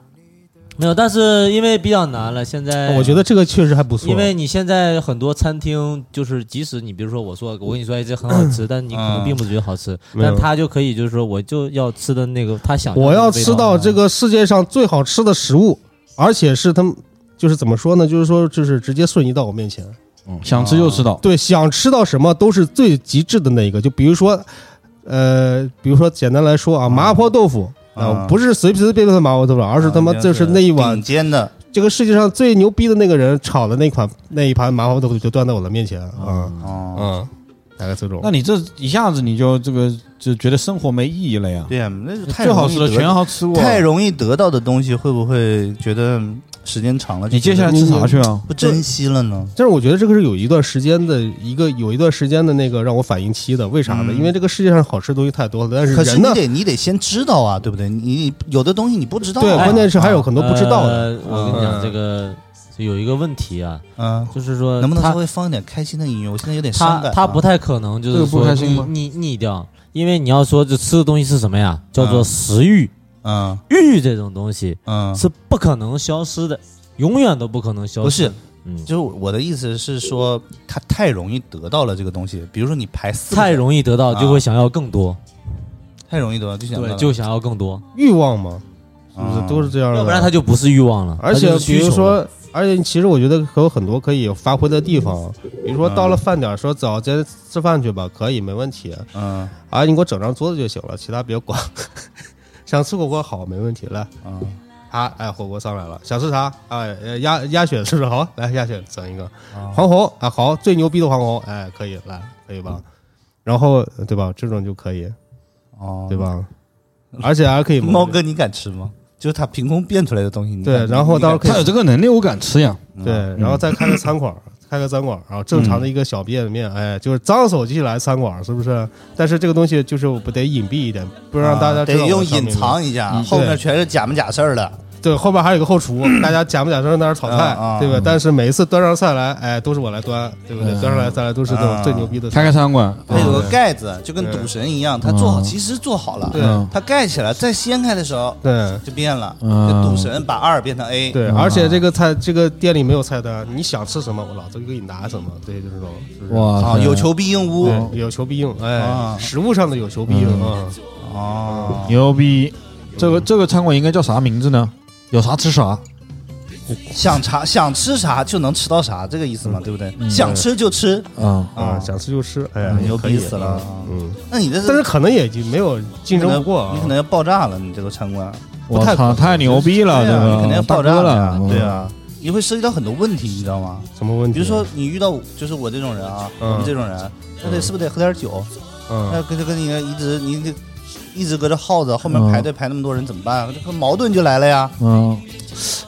C: 没有，但是因为比较难了，现在
E: 哦我觉得这个确实还不错，
C: 哎因为你现在很多餐厅，就是即使你比如说我说我跟你说哎这很好
E: <clears throat>
C: 吃，但你可能并不觉得好吃，
E: 啊没有
C: 但他就可以就是说我就要吃的那个他想
E: 我
C: 要
E: 要
C: 的味道
E: 吃到这个世界上最好吃的食物，而且是他们就是怎么说呢？就是说就是直接瞬移到我面前，
B: 嗯想吃就吃
A: 啊
B: 到，
E: 对，想吃到什么都是最极致的那一个。就比如说，呃，比如说简单来说啊，麻婆豆腐。啊、
A: 啊
E: 不是随随便便的麻婆豆腐，而是他妈
A: 啊
E: 就是那一碗
A: 顶尖的
E: 这个世界上最牛逼的那个人炒的那款那一盘麻婆豆腐就端到我的面前啊
A: 哦，
E: 啊，大概这种
B: 那。你这一下子你就这个就觉得生活没意义了呀？
A: 对呀，那就太
B: 最好
A: 容易
B: 吃的
A: 得
B: 全好吃啊过，
A: 太容易得到的东西，会不会觉得嗯时间长了就
B: 你接下来
A: 觉得嗯
B: 吃啥去啊？
A: 不珍惜了呢？
E: 但是我觉得这个是有一段时间的一个有一段时间的那个让我反应期的，为啥呢？
A: 嗯
E: 因为这个世界上好吃的东西太多了，但是
A: 可是
E: 人
A: 你
E: 呢，
A: 得你得先知道啊，对不对？你你有的东西你不知道啊，
E: 对，关键是还有
A: 啊
E: 很多不知道的。
C: 呃我跟你
E: 嗯
C: 讲，这个有一个问题啊，
A: 嗯，
C: 就是说
A: 能不能
C: 他
A: 稍微放一点开心的音乐？我现在有点伤
C: 他
A: 感啊。
C: 他不太可能就
B: 这
C: 是
B: 个不
C: 说
B: 开心
C: 腻
B: 吗
C: 腻腻掉，因为你要说这吃的东西是什么呀？叫做
A: 嗯
C: 食欲，
A: 嗯
C: 欲这种东西
A: 嗯，
C: 是不可能消失的，永远都不可能消失。
A: 不是，
C: 嗯，
A: 就是我的意思是说，他太容易得到了这个东西。比如说你排四个
C: 太
A: 人，
C: 容易得到
A: 啊
C: 就会想要更多，
A: 太容易得到，就想到
C: 对，
A: 了
C: 就想要更多，
E: 欲望嘛，是不
A: 嗯
E: 是都是这样的？
C: 要不然它就不是欲望了，
E: 而
C: 它
E: 且
C: 就是需
E: 比
C: 求
E: 如
C: 了
E: 说，而且其实我觉得还有很多可以发挥的地方，比如说到了饭点儿说走，咱吃饭去吧，可以没问题。
A: 嗯
E: 啊，你给我整张桌子就行了，其他别管。 <laughs> 想吃火锅好，没问题，来
A: 嗯
E: 啊，哎，火锅上来了，想吃啥？哎，呃鸭鸭血是不是好？来鸭血整一个，黄喉啊，好，最牛逼的黄喉，哎，可以，来，可以吧？然后呃对吧，这种就可以，
A: 哦，
E: 对？吧？而且还可以
A: 猫哥，你敢吃吗？就是他凭空变出来的东西，你
E: 对
A: 敢
E: 然后
A: 你敢
E: 到时候可以
B: 他有这个能力，我敢吃呀。
A: 啊
E: 对，
A: 嗯
E: 然后再开个餐馆儿，开个餐馆儿，然后正常的一个小便面，哎，就是脏手机来餐馆儿，是不是？但是这个东西就是我不得隐蔽一点，不让大家
A: 啊
E: 知道
A: 得
E: 我
A: 用
E: 上
A: 隐
E: 面的。
A: 藏一下，
B: 嗯
A: 后面
E: 对
A: 全是假模假式儿的。
E: 对，后边还有一个后
A: <clears throat>
E: 厨，大家假不假装在那儿炒菜
A: 啊啊，
E: 对吧
A: 嗯？
E: 但是每一次端上菜来，哎，都是我来端，对不对？端上来再来都是这
A: 啊
E: 种最牛逼的
B: 开
E: 菜。
B: 个餐馆，
A: 它哎有个
E: 嗯对
A: 盖子，就跟
E: 对
A: 赌神一样，它做好
B: 嗯
A: 其实做好了，
E: 对
B: 嗯
A: 它盖起来，再掀开的时候
E: 对
A: 就变了。
B: 嗯
A: 就赌神把二变成 A，
E: 对，
B: 嗯
E: 而且这个菜这个店里没有菜单，你想吃什么，我老子就给你拿什么，对，就是这种。是不是
B: 哇
A: 啊，
B: 塞，
A: 有求必应屋。
E: 对，有求必应，
A: 啊嗯
E: 哎，食物上的有求必应啊。
A: 哦，
B: 牛逼！这个这个餐馆应该叫啥名字呢？有啥吃啥。
A: 想啥想吃啥就能吃到啥，这个意思
E: 嗯
A: 嘛，对不对？想吃就吃
B: 嗯，
E: 啊，
A: 啊，
E: 想吃就吃，哎呀，
A: 牛
E: 可以
A: 逼死了。啊。
E: 嗯，
A: 那你这
E: 但是可能也就没有竞
A: 你可
E: 争不
A: 能
E: 过啊
A: 你可。能要爆炸了，你这个餐馆
B: 我
E: 太
B: 操，太牛逼了，
A: 对
B: 这
A: 啊你
B: 个
A: 可能要
B: 大
A: 爆
B: 哥
A: 炸
B: 了
A: 呀，
B: 嗯
A: 对啊，你会涉及到很多问题，你知道吗？
E: 什么问
A: 比
E: 题？
A: 如说，你遇到就是我这种人啊，
E: 嗯
A: 我们这种人，那得是不是得喝点酒？
E: 嗯，
A: 那跟跟你一直你这一直搁这耗着，后面排队排那么多人怎么办？这个矛盾就来了呀。
B: 嗯，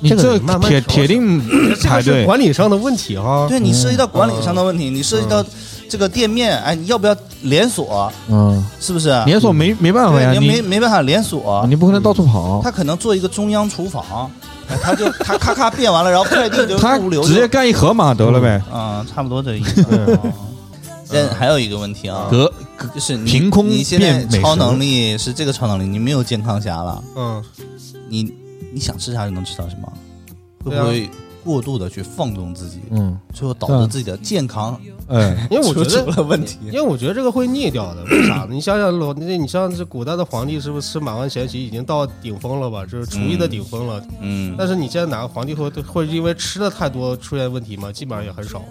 B: 你
E: 这个
B: 这
E: 得慢慢
B: 铁
E: 调
B: 铁
E: 整
B: 定排
E: 这是
B: 队，
E: 管理上的问题哈。
A: 对你涉及到管理上的问题，你涉及到这个店面，哎，你要不要连锁？
B: 嗯，
A: 是不是？
B: 连锁没嗯没办法呀，
A: 对，你没
B: 你嗯
A: 没办法连锁，
B: 你不可能到处跑，
A: 他可能做一个中央厨房，哎他就他咔咔变完了，然后快递就
B: 他
A: 物流
B: 直接
A: 就
B: 干一盒马得了呗，
A: 啊，差不多这意思。 <laughs> 啊现在还有一个问题啊，
B: 隔
A: 就是你
B: 凭空
A: 你现在
B: 变美食
A: 超能力是这个超能力，你没有健康侠了，
E: 嗯，
A: 你你想吃啥就能吃到什么，会
E: 对
A: 不
E: 啊
A: 会过度的去放纵自己，
B: 嗯，
A: 最后导
B: 对
A: 致
B: 啊
A: 自己的健康
B: 哎，
E: 因为我
A: 出
E: 觉
A: 啊出
E: 得。
A: 了问题？
E: 因为我觉得这个会腻掉的，为啥呢？你想想老，那你像这古代的皇帝，是不是吃满汉全席已经到顶峰了吧？就是厨艺的顶峰了。
A: 嗯，
E: 但是你现在哪个皇帝会会因为吃的太多出现问题吗？基本上也很少了。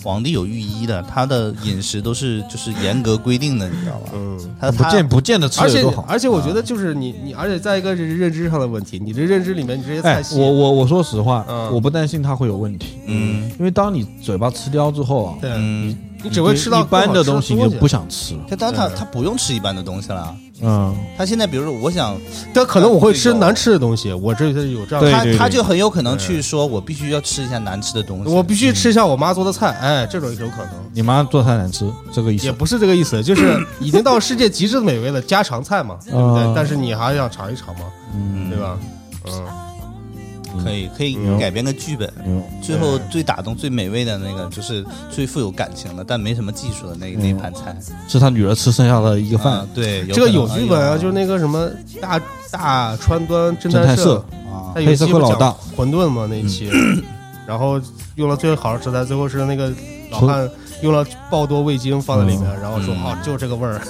A: 皇帝有御医的，他的饮食都是就是严格规定的，你知道吧？
E: 嗯，
A: 他
B: 不
A: 他
B: 见不见得吃
E: 而
B: 有
E: 且
B: 多好。啊
E: 而且我觉得就是你你，而且在一个认知上的问题，你这认知里面，你这些
B: 哎
E: 菜，系，
B: 我我我说实话，
E: 嗯
B: 我不担心它会有问题，
A: 嗯
B: 因为当你嘴巴吃刁之后啊，
E: 对，
A: 嗯。
E: 你只会吃到
B: 一般的
E: 更好
B: 东
E: 吃
B: 西，
E: 的
B: 你就不想吃了。
A: 他当他
E: 对
A: 他不用吃一般的东西了，
B: 嗯，
A: 他现在比如说我想，
E: 但可能我会吃难吃的东西，我这是有这样
B: 对
A: 他
E: 的，
B: 对
A: 他就很有可能去说，我必须要吃一下难吃的东西。
E: 我必须吃一下我妈做的菜，哎，这种有可能，
B: 你妈做菜难吃，这个意
E: 也
B: 思。
E: 不是这个意思，就是已经到世界极致的美味了，家常菜嘛，对不
B: 啊
E: 对？但是你还想尝一尝嘛，
A: 嗯
E: 对？吧？嗯，
A: 可以可以
E: 嗯
A: 改编个剧本，
B: 嗯
A: 最后最打动、最美味的那个，就是最富有感情的，但没什么技术的那那
B: 嗯
A: 盘菜。
B: 是他女儿吃剩下的一个饭
A: 啊，，对，
E: 这个有
A: 可能
E: 剧本啊，就是
A: 哎
E: 那个什么大大川端侦
B: 侦探
E: 社
B: 社，，
A: 呦啊
E: 他有一期
B: 黑社会
E: 不
B: 老
E: 讲
B: 大
E: 馄饨嘛那一期， <clears throat> 然后用了最好的食材，最后是那个老汉用了爆多味精放在里面，然后说
A: 嗯
E: 哦，就这个味儿，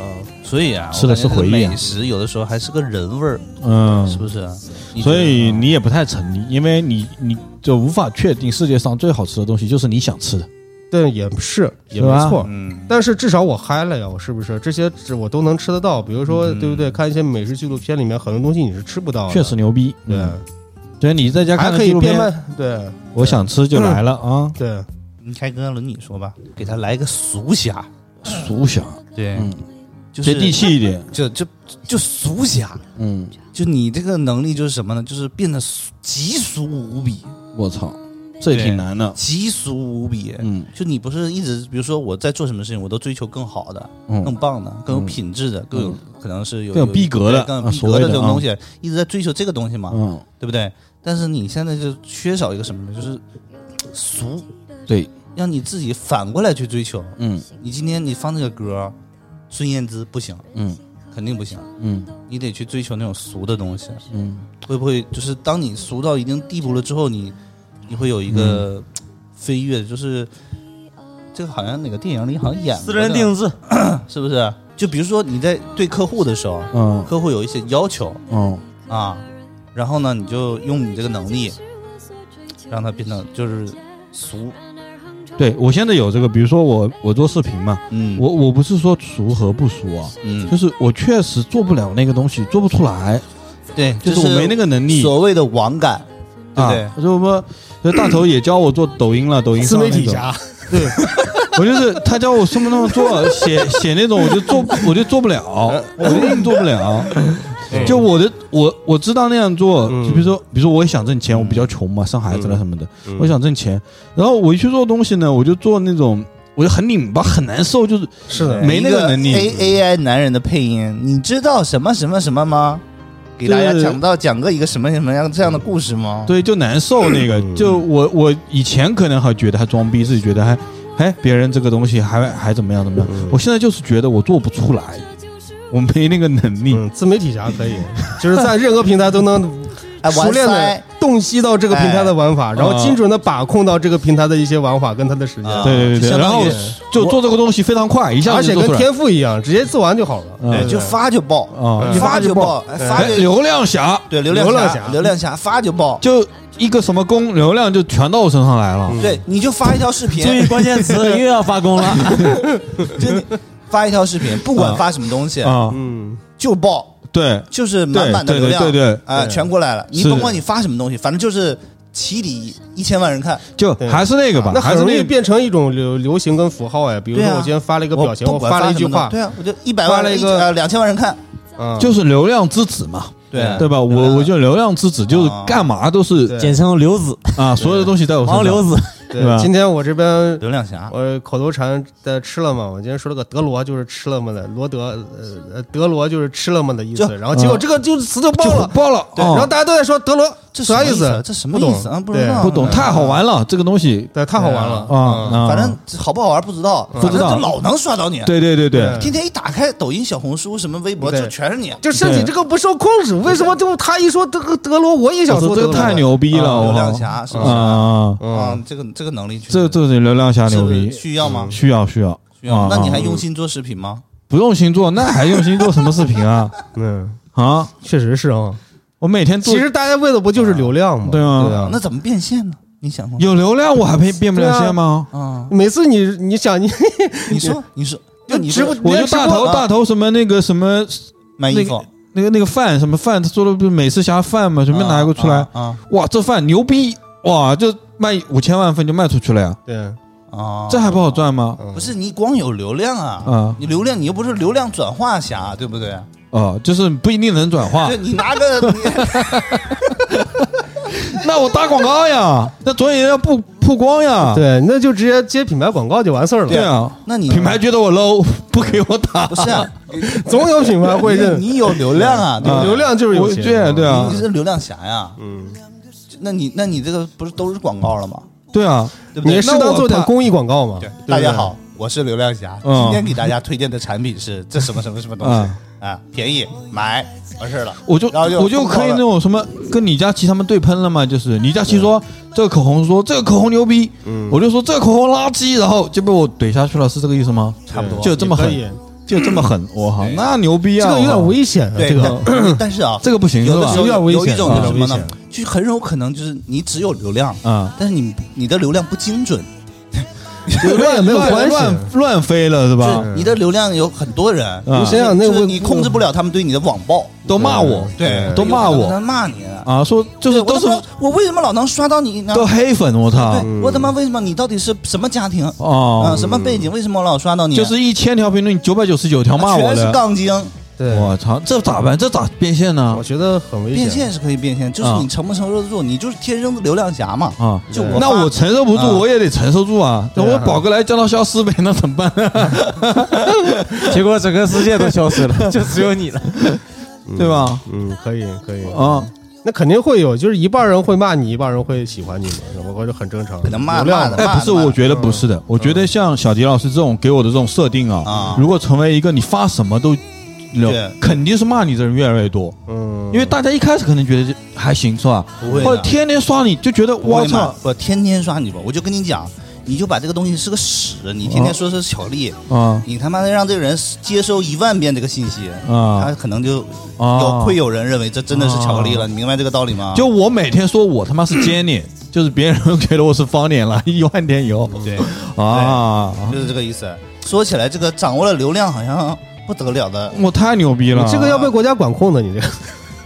E: 嗯。
A: 所以啊，
B: 吃的是
A: 我感觉
B: 回忆啊
A: 美食有的时候还是个人味儿，
B: 嗯，
A: 是不是？啊你觉得
B: 所以
A: 呢
B: 你也不太成立，因为你你就无法确定世界上最好吃的东西就是你想吃的。
E: 但也是也
B: 是
E: 没
B: 吧
E: 错，
A: 嗯
E: 但是至少我嗨了呀，我是不是？这些只我都能吃得到，比如说、
A: 嗯
E: 对不对？看一些美食纪录片里面很多东西你是吃不到的，
B: 确实牛逼，
E: 对。
B: 嗯对，你在家
E: 还
B: 看个
E: 可
B: 纪
E: 以
B: 录
E: 变
B: 片，
E: 卖，对
B: 我想吃就来了啊！
E: 对，
A: 你开哥轮你说吧，给他来个俗侠，
B: 俗侠，
A: 对，
B: 嗯，
A: 就是
B: 接地，气一点，
A: 就就就俗侠，
B: 嗯，
A: 就你这个能力就是什么呢？就是变得俗极俗无比，
B: 我操，这也挺难的，
A: 极俗无比。
B: 嗯
A: 就你不是一直，比如说我在做什么事情，我都追求更好的、更
B: 嗯，
A: 棒的、更有品质的、更有可能是有
B: 更有逼格的
A: 对更有
B: 啊
A: 逼
B: 所
A: 格
B: 谓
A: 的
B: 的
A: 这种
B: 啊
A: 东西，一直在追求这个东西嘛，
B: 嗯，
A: 对不对？但是你现在就缺少一个什么呢？就是俗，
B: 对，
A: 让你自己反过来去追求。
B: 嗯
A: 你今天你放这个歌，孙燕姿不行，
B: 嗯
A: 肯定不行，
B: 嗯
A: 你得去追求那种俗的东西。
B: 嗯，
A: 会不会就是当你熟到一定地步了之后，你你会有一
B: 嗯
A: 个飞跃？就是这个好像哪个电影里好像演过
C: 私人定制，
A: <clears throat> 是不是？就比如说你在对客户的时候，
B: 嗯
A: 客户有一些要求
B: 嗯
A: 啊，然后呢，你就用你这个能力让它变成就是俗，
B: 对我现在有这个，比如说我我做视频嘛，
A: 嗯，
B: 我我不是说俗和不俗啊，
A: 嗯
B: 就，是我确实做不了那个东西，做不出来，
A: 对，
B: 就是我没那个能力
A: 所谓的网感，对不对？
B: 啊。就是说，就大头也教我做抖音了，抖音
E: 自
B: 上
E: 媒
B: 那
E: 体
B: 种，
E: 侠，
B: 我就是他教我什么那么做，写写那种我就做我就做不了，
E: <laughs> 嗯
B: 我就硬做不了。就我的我我知道那样做，
E: 嗯
B: 就比如说比如说我也想挣钱，我比较穷嘛，生孩子了什么的，
E: 嗯
B: 我想挣钱，然后我一去做东西呢，我就做那种。我就很拧巴，很难受，就是
E: 是的，
B: 没那
A: 一
B: 个
A: 个
B: 能力
A: A A I 男人的配音，你知道什么什么什么吗？给大家
B: 对
A: 讲到讲个一个什么什么样这样的故事吗？
B: 对，就难受那个。就我我以前可能还觉得还装逼，自己觉得还哎别人这个东西还还怎么样怎么样，我现在就是觉得我做不出来，我没那个能力。
E: 嗯，自媒体侠可以， <laughs> 就是在任何平台都能
A: 哎，
E: 熟
A: 完
E: 练
A: 塞
E: 的洞悉到这个平台的玩法，然后
B: 啊
E: 精准的把控到这个平台的一些玩法跟它的时间，
A: 啊
B: 嗯对对对
A: 就
B: 对，
A: 相
B: 然
A: 当
B: 后
A: 于
B: 就做这个东西非常快，一下
E: 而
B: 子
E: 且
B: 就做
E: 跟
B: 出来。
E: 天赋一样，直接做完就好了。
A: 对，就发就爆
B: 啊
A: 一发就爆，哎发
B: 哎
A: 就
B: 流量侠
A: 对流
E: 流
A: 量
E: 量
A: 侠，
E: 侠
A: 流量侠发就爆，
B: 就一个什么功，流量就全到我身上来了。
A: 对，你就发一条视
C: 注意
A: 频，
C: 关键词，又要发功了。
A: 发一条视频，不管发什么东西
B: 啊，
E: 嗯，
A: 就爆，
B: 对
A: 就是满满的
B: 对
A: 流
B: 对
A: 量，
B: 对对对
A: 哎，全过来了。你
B: 是
A: 甭管你发什么东西，反正就是起底一千万人看，
B: 就还是那个吧
E: 那，
B: 还
E: 很
B: 是
E: 容
B: 那
E: 易
B: 个
E: 变成一种流流行跟符号呀。比如说
A: 对啊
E: 我今天发了一个表情，
A: 我
E: 我
A: 不管
E: 发了一句
A: 什么
E: 话
A: 东西，对啊，我就一百万
E: 发了一个
A: 两千万人看，
E: 嗯，
B: 就是流量之子嘛，
A: 对
B: 对吧？我我就流量之子，就是
A: 啊
B: 干嘛都是
E: 对
C: <laughs> 简称刘子，
B: 啊，所有的东西在我身
C: 黄
B: 上。
C: 刘子，
E: 对
B: 对吧
E: 今天我这边
A: 流量侠，
E: 我口头禅在吃了吗？我今天说了个德罗，就是吃了吗的罗德，呃，呃德罗就是吃了吗的意思。
A: 就
E: 然后结果
B: 嗯
E: 这个就词就爆
B: 就
E: 了，
B: 爆了，
E: 对，
B: 啊
E: 然后大家都在说德罗，
A: 哦这什
E: 啥
A: 么
E: 意
A: 意
E: 思？
A: 这什么
E: 不懂
A: 意思啊？不
E: 对
A: 知道，
B: 不懂，太好玩了，这个东西
E: 对，太好玩了
B: 啊
E: 嗯
B: 啊！
A: 嗯反正好不好玩不知道，
B: 不知道
A: 反正老能刷到你。
B: 对对对对
E: 对
A: 天天一打开抖音、小红书、什么微博，
E: 对
A: 就全是你。啊
E: 就身体这个不受控制，为什么就他一说德德罗，我也想
B: 我
E: 说
B: 说
E: 德
B: 这
E: 罗
B: 个太牛逼了，
A: 嗯流
B: 我
A: 量
B: 靠
A: 侠是不是？
B: 啊！
A: 啊
E: 嗯，，
A: 这个这个能力确实，
B: 这这是流量侠
A: 是
B: 牛
A: 不是
B: 逼，
A: 需要吗？
B: 需要需要
A: 需要吗。
B: 啊
A: 那你还
B: 啊
A: 用心做视频吗？
B: 不用心做，那还用心做什么视频
A: <laughs>
B: 啊？
E: 嗯，
B: 啊！
E: 确实是啊。
B: 我每天做
E: 其实大家为的不就是流量吗？
B: 对啊
E: 啊
A: 那怎么变现呢？你想
B: <laughs>
A: 吗？
B: 有流量，我还变变不了现吗？
A: 啊，
E: 每次你你想你
A: 你说，你说，那你
E: 直
A: 说
E: 播
B: 我就大
A: 啊
B: 头大头什么那个什么
A: 买衣
B: 那
A: 服
B: 个，那个那个饭什么饭，他做的不是美食侠饭吗？随便拿一个出来
A: 啊，啊
B: 哇，这饭牛逼！哇，就卖五千万份就卖出去了呀，
E: 对，
A: 啊啊！
B: 这还不好赚吗？
A: 不是你光有流量啊
B: 啊，
A: 你流量你又不是流量转化侠，对不对？
B: 啊，就是不一定能转化
A: 对，。你拿个你 <laughs>
B: <laughs> 那我打广告
E: <laughs>
B: 呀，那总也要曝曝光呀。
E: 对，那就直接接品牌广告就完事儿了。
B: 对啊，
A: 那你
B: 品牌觉得我 low，不 <laughs> 给我打。
A: 不
B: <laughs>
A: 是啊，
E: 总有品牌会认，
A: 你有流量啊，对不
B: 啊
E: 流量就是有
B: 我
E: 钱。
B: 对对啊
A: 对？你，是流量侠呀，嗯，那你那你这个不是都是广告了吗？
B: 对啊，
A: 对不
E: 你
A: 对？
E: 适当做点公益广告嘛。对不对
A: 大家，好，我是流量侠，
B: 嗯
A: 今天给大家推荐的产品是这什么什么什么东西
B: 嗯
A: 啊，便宜买完事儿了，
B: 我就
A: 然后就
B: 我就可
A: 疯狂
B: 以
A: 了
B: 那种什么，跟李佳琦他们对喷了嘛，就是李佳琦
E: 嗯
B: 说这个口红说这个口红牛逼，我就说这个口红垃圾，然后就被我怼下去了，是这个意思吗？
A: 差不多
B: 就这么
E: 可以嗯哎
B: 狠，就这么狠，我靠，那牛逼
E: 这
B: 啊！
E: 个有
B: 我靠
E: 点危险啊。
A: 对
E: 这个，
A: <laughs> 但但是啊，
B: 这个不行是
A: 有的
B: 吧
A: 时？候
E: 有点危
A: 有一
E: 险
A: 种
B: 啊
A: 就是什么呢
E: 有点？
A: 就是很有可能就是你只有流量，
B: 啊
A: 但是你你的流量不精准，
E: 乱也没有关系。
B: 乱乱飞了是吧？
A: 你的流量有很多人，
B: 啊
E: 你想想那
A: 就
E: 个
A: 是你控制不了他们对你的网暴，
B: 都骂我，
A: 对
B: 都骂
A: 有可能他
B: 我
A: 骂你，
B: 啊，说就是
A: 对我
B: 都
A: 他
B: 是
A: 妈我为什么老能刷到你呢？
B: 都黑粉，我操！
A: 对我他妈为什么你到底是什么家庭啊？
B: 啊哦，
A: 什么背景？为什么我老刷到你？啊
B: 就是一千条评论，九百九十九条骂我
A: 全是
B: 的，
A: 杠精，
E: 对，
B: 我操，这咋办？这咋变现呢
E: 我？觉得很危
A: 变
E: 险。
A: 现是可以变现，就是
B: 啊
A: 你承不承受得住，你就是天生的流量侠嘛。
B: 啊，
A: 就
E: 对
A: 我
B: 那
A: 发
B: 我承受不住，
A: 啊
B: 我也得承受住啊！那
E: 对
B: 我
E: 啊
B: 宝哥来降到消失呗，那怎么办？
C: 结果整个世界都消失 <laughs> 了，就只有你了。
B: 对吧？
E: 嗯，可以，可以。
B: 啊，
E: 那肯定会有，就是一半人会骂你，一半人会喜欢你嘛，我觉得很正常。
A: 可能骂
E: 流量
A: 骂的
E: 嘛
B: 哎，不是，
A: 慢
B: 我觉得不是的，我觉得像小迪老师这种给我的这种设定啊
A: 嗯啊，
B: 如果成为一个你发什么都。
A: 对
B: 肯定是骂你的人越来越多，
E: 嗯，
B: 因为大家一开始可能觉得还行是吧？
A: 不会
B: 或者
A: 的，
B: 天天刷你就觉得
A: 不
B: 我
A: 会骂
B: 操，
A: 我天天刷你吧，我就跟你讲，你就把这个东西是个屎，你天天说是巧克力，
B: 啊
A: 你他妈的让这个人接收一万遍这个信息，他
B: 啊
A: 可能就有
B: 啊！
A: 会有人认为这真的是巧克力了，你明白这个道理
E: 啊
A: 吗？
B: 就我每天说我他妈是
E: <laughs>
B: Jenny，就是别人觉得我是方脸了， <laughs> 一万天以后
A: 对，
B: 啊，
A: 就是这个意思。说起来，这个掌握了流量好像不得了的，
B: 我太牛逼了！
E: 你这个要被国家管控的，你
B: 啊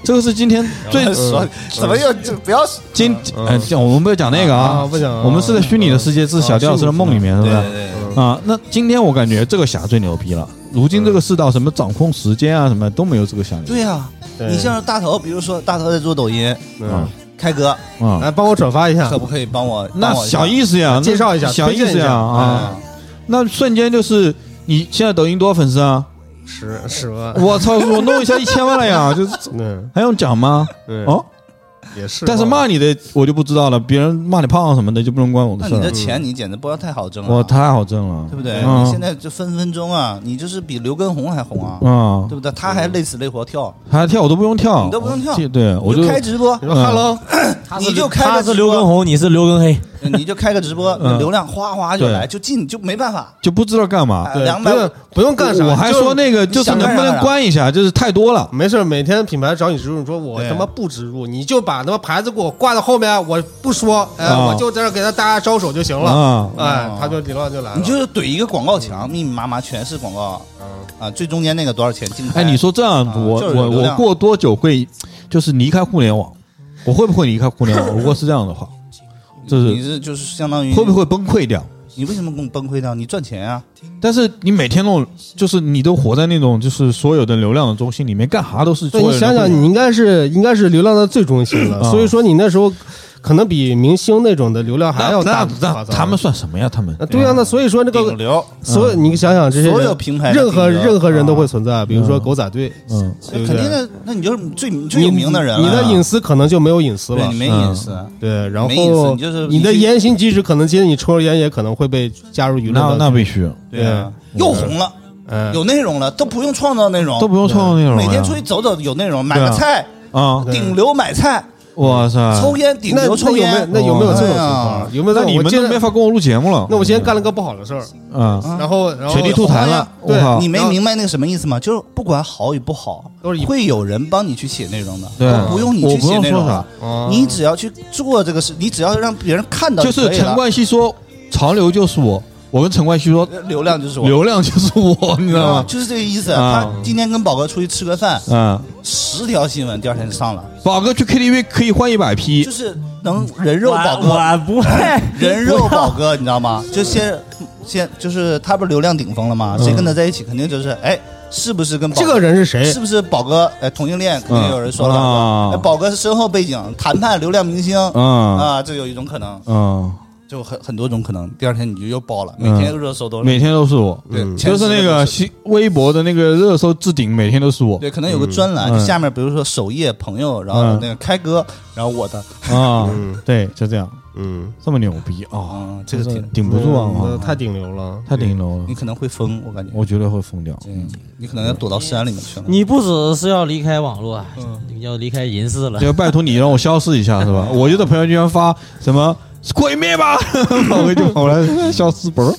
E: 这
B: 这
E: 个
B: 个是今天最
A: <laughs>
B: 呃
A: 说怎么又就不要
B: 今哎，这样我们不要讲那个啊，
E: 不嗯讲啊，啊
B: 我们是在虚拟的世界，是小迪老师的梦里面，是
A: 对
B: 不
A: 对
B: 是？
A: 对，
B: 啊，那今天我感觉这个侠最牛逼了。如今这个世道，什么掌控时间啊，什么都没有这个侠牛逼。
A: 对呀，
E: 对
A: 你像是大头，比如说大头在做抖音，
E: 嗯，
A: 开哥
B: 啊，
E: 来帮我转
A: <laughs>
E: 发一下
A: 可，不可以帮我？
B: 那
A: 帮我一下
B: 小意思呀，
E: 啊介绍一下哎
B: 那小意
E: 推
B: 思
E: 荐一
B: 呀
E: 下
B: 啊。那瞬间就是你现在抖音多少粉丝
E: <laughs>
B: 啊？
E: 十十万，
B: 我操，我弄一下一千万了呀，就是
E: 嗯，
B: 还用讲吗？
E: 对，
B: 哦，
E: 也是，
B: 但是骂你的我就不知道了，别人骂你胖什么的就不能关我
A: 那
B: 的事
A: 你
B: 了
A: 的。钱你简直不要太好
E: 嗯
A: 挣
B: 我
A: 了，
B: 太好挣了，
A: 对不对？
B: 嗯
A: 你现在就分分钟啊，你就是比刘畊宏还红啊，
B: 啊
A: 对，不对？他还累死累活跳，
B: 他跳我都不用跳，
A: 你都不用跳
B: 我哦对我
A: 你就开直播
E: 你，说
B: 嗯
E: hello，
A: <coughs> 你就开
C: 他
A: 个
C: 是
A: 直
C: 刘畊
A: 播，
C: 宏，你是刘畊黑，
A: 你就开个直播，
B: 嗯
A: 流量哗哗就来，
B: 对啊
A: 就进就没办法，呃
B: 就不知道干嘛。
A: 两
E: 不
A: 百
E: 用不用干啥，
B: 我还
E: 就是
B: 说那个就是
A: 哎想
B: 能
A: 干啥
B: 不能关一下，就是太多了。
E: 没事儿，每天品牌找你植入，你说我
A: 对
E: 他妈不植入，你就把他妈牌子给我挂到后面，我不说，哎，
B: 啊
E: 我就在这儿给他大家招手就行了，
B: 啊，
E: 哎，他就流量就来
A: 哦
E: 了，
A: 你就是怼一个广告墙，密密麻麻全是广告，啊，最中间那个多少钱进来？
B: 嗯哎，你说这样，
A: 啊
B: 我
A: 就是
B: 我
A: 有流
B: 我
A: 量
B: 过多久会就是离开互联网？我会不会离开互联网？如果是这样
A: <laughs>
B: 的话，就是
A: 你是就是相当于
B: 会不？会崩溃掉？
A: 你为什么崩崩溃掉？你赚钱啊，
B: 但是你每天那种，就是你都活在那种就是所有的流量的中心里面，干啥都是所
E: 对
B: 有
E: 你
B: 人
E: 想想，
B: 的
E: 你应该是应该是流量的最中心了，
A: 嗯
B: 啊
E: 所以说你那时候可能比明星那种的流量
B: 那
E: 还要大
B: 那。那他们算什么呀？他们
E: 啊对啊，那所以说那
A: 顶
E: 个
A: 流。
E: 所有你想想这些人
A: 嗯所有平台的
E: 任何
A: 顶流
E: 任何人都
A: 啊
E: 会存在，比如说狗仔队，
B: 嗯，
E: 对不
A: 肯定
E: 对
A: 的，那你就是最最
E: 你
A: 有名的人了，
E: 你的隐私可能就没有隐私
A: 对
E: 了
A: 你。没
B: 嗯
A: 隐私，
E: 对，然
A: 没隐私
E: 后
A: 你就是
E: 你的
A: 你去
E: 言行举止，可能今天你抽根烟也可能会被加入舆
B: 那
E: 论
B: 那
E: 的。
B: 必须
A: 对啊，又红了，
E: 嗯，
A: 有内容了，都不用创造内容，
B: 都不用创造内容呀，
A: 每天出去走走有内容，买
B: 对
A: 个
B: 啊
A: 菜，
B: 啊！
A: 顶流买菜，
B: 哇塞，
A: 抽烟顶
E: 那
A: 流
E: 那
A: 抽
E: 有没有
A: 烟，
E: 那有没有这种
A: 哎
E: 情
A: 呀
E: 况？有没有这
B: 那
E: 种？
B: 你
E: 我
B: 们
E: 今
B: 都
E: 天
B: 没法跟我录节目了。嗯
E: 那我今天干了个不好的事儿，
B: 啊，
E: 然后然后
B: 雪地吐痰了，我
E: 对
B: 靠！
A: 你没
E: 然后
A: 明白那个什么意思吗？就是不管好与不好
E: 都是一，
A: 会有人帮你去写内容的，
B: 对
A: 都不用你
B: 我
A: 去
B: 不
A: 写
B: 用
A: 内容
B: 说
A: 了
B: 啥，
E: 哦
A: 你只要去做这个事，你只要让别人看到
B: 就
A: 可
B: 是
A: 以
B: 陈
A: 了，
B: 冠希说潮流就是我，我跟陈冠希说
A: 流量就是我。
B: 流量就是我，你知道吗？
A: 就是这个意思。
B: 啊
A: 他今天跟宝哥出去吃个饭，
B: 嗯，
A: 十条新闻第二天就上了，
B: 宝哥去 KTV 可以换一百
A: 就
B: P，
A: 是能人肉宝
C: 我
A: 哥，
C: 我不会
A: <laughs> 人肉宝哥，你知道吗？就先先就是他不是流量顶峰了吗？
B: 嗯
A: 谁跟他在一起，肯定就是哎，是不是跟宝
E: 这个人是谁
A: 是？不是宝哥？哎，同性恋肯定有人说了，
B: 嗯啊
A: 哎宝哥是身后背景谈判流量明星。
B: 嗯
A: 啊，这有一种可能，
B: 嗯，
A: 就很很多种可能。第二天你就又爆了，每
B: 嗯
A: 天热搜都是
B: 每天都是我，嗯
A: 对，前
B: 就是
A: 十
B: 那
A: 都
B: 个新微博的那个热搜置顶，每天都是我
A: 对，可能有个专栏，
B: 嗯
A: 就下面比如说首页朋友，然后
B: 嗯
A: 那个开哥，然后我的，
B: 啊，对，就这样，
E: 嗯，
B: 这么牛逼啊，
A: 嗯，这个嗯
B: 真是
A: 挺，
B: 顶不住啊
E: 嗯，太顶流了，
B: 太顶流了
A: 你，可能会疯，我感觉，
B: 我嗯觉得会疯
A: <laughs>
B: 掉。
A: 嗯，你可能要躲到山里面去了。
C: 你不只是要离开网络，啊
A: 嗯
C: 你要离开人世了。
B: 要拜托你让我消失一下
A: <laughs>
B: 是吧？我
A: <laughs>
B: 就 <laughs> 在朋友圈发什么“毁灭吧”，我就跑来消失不是？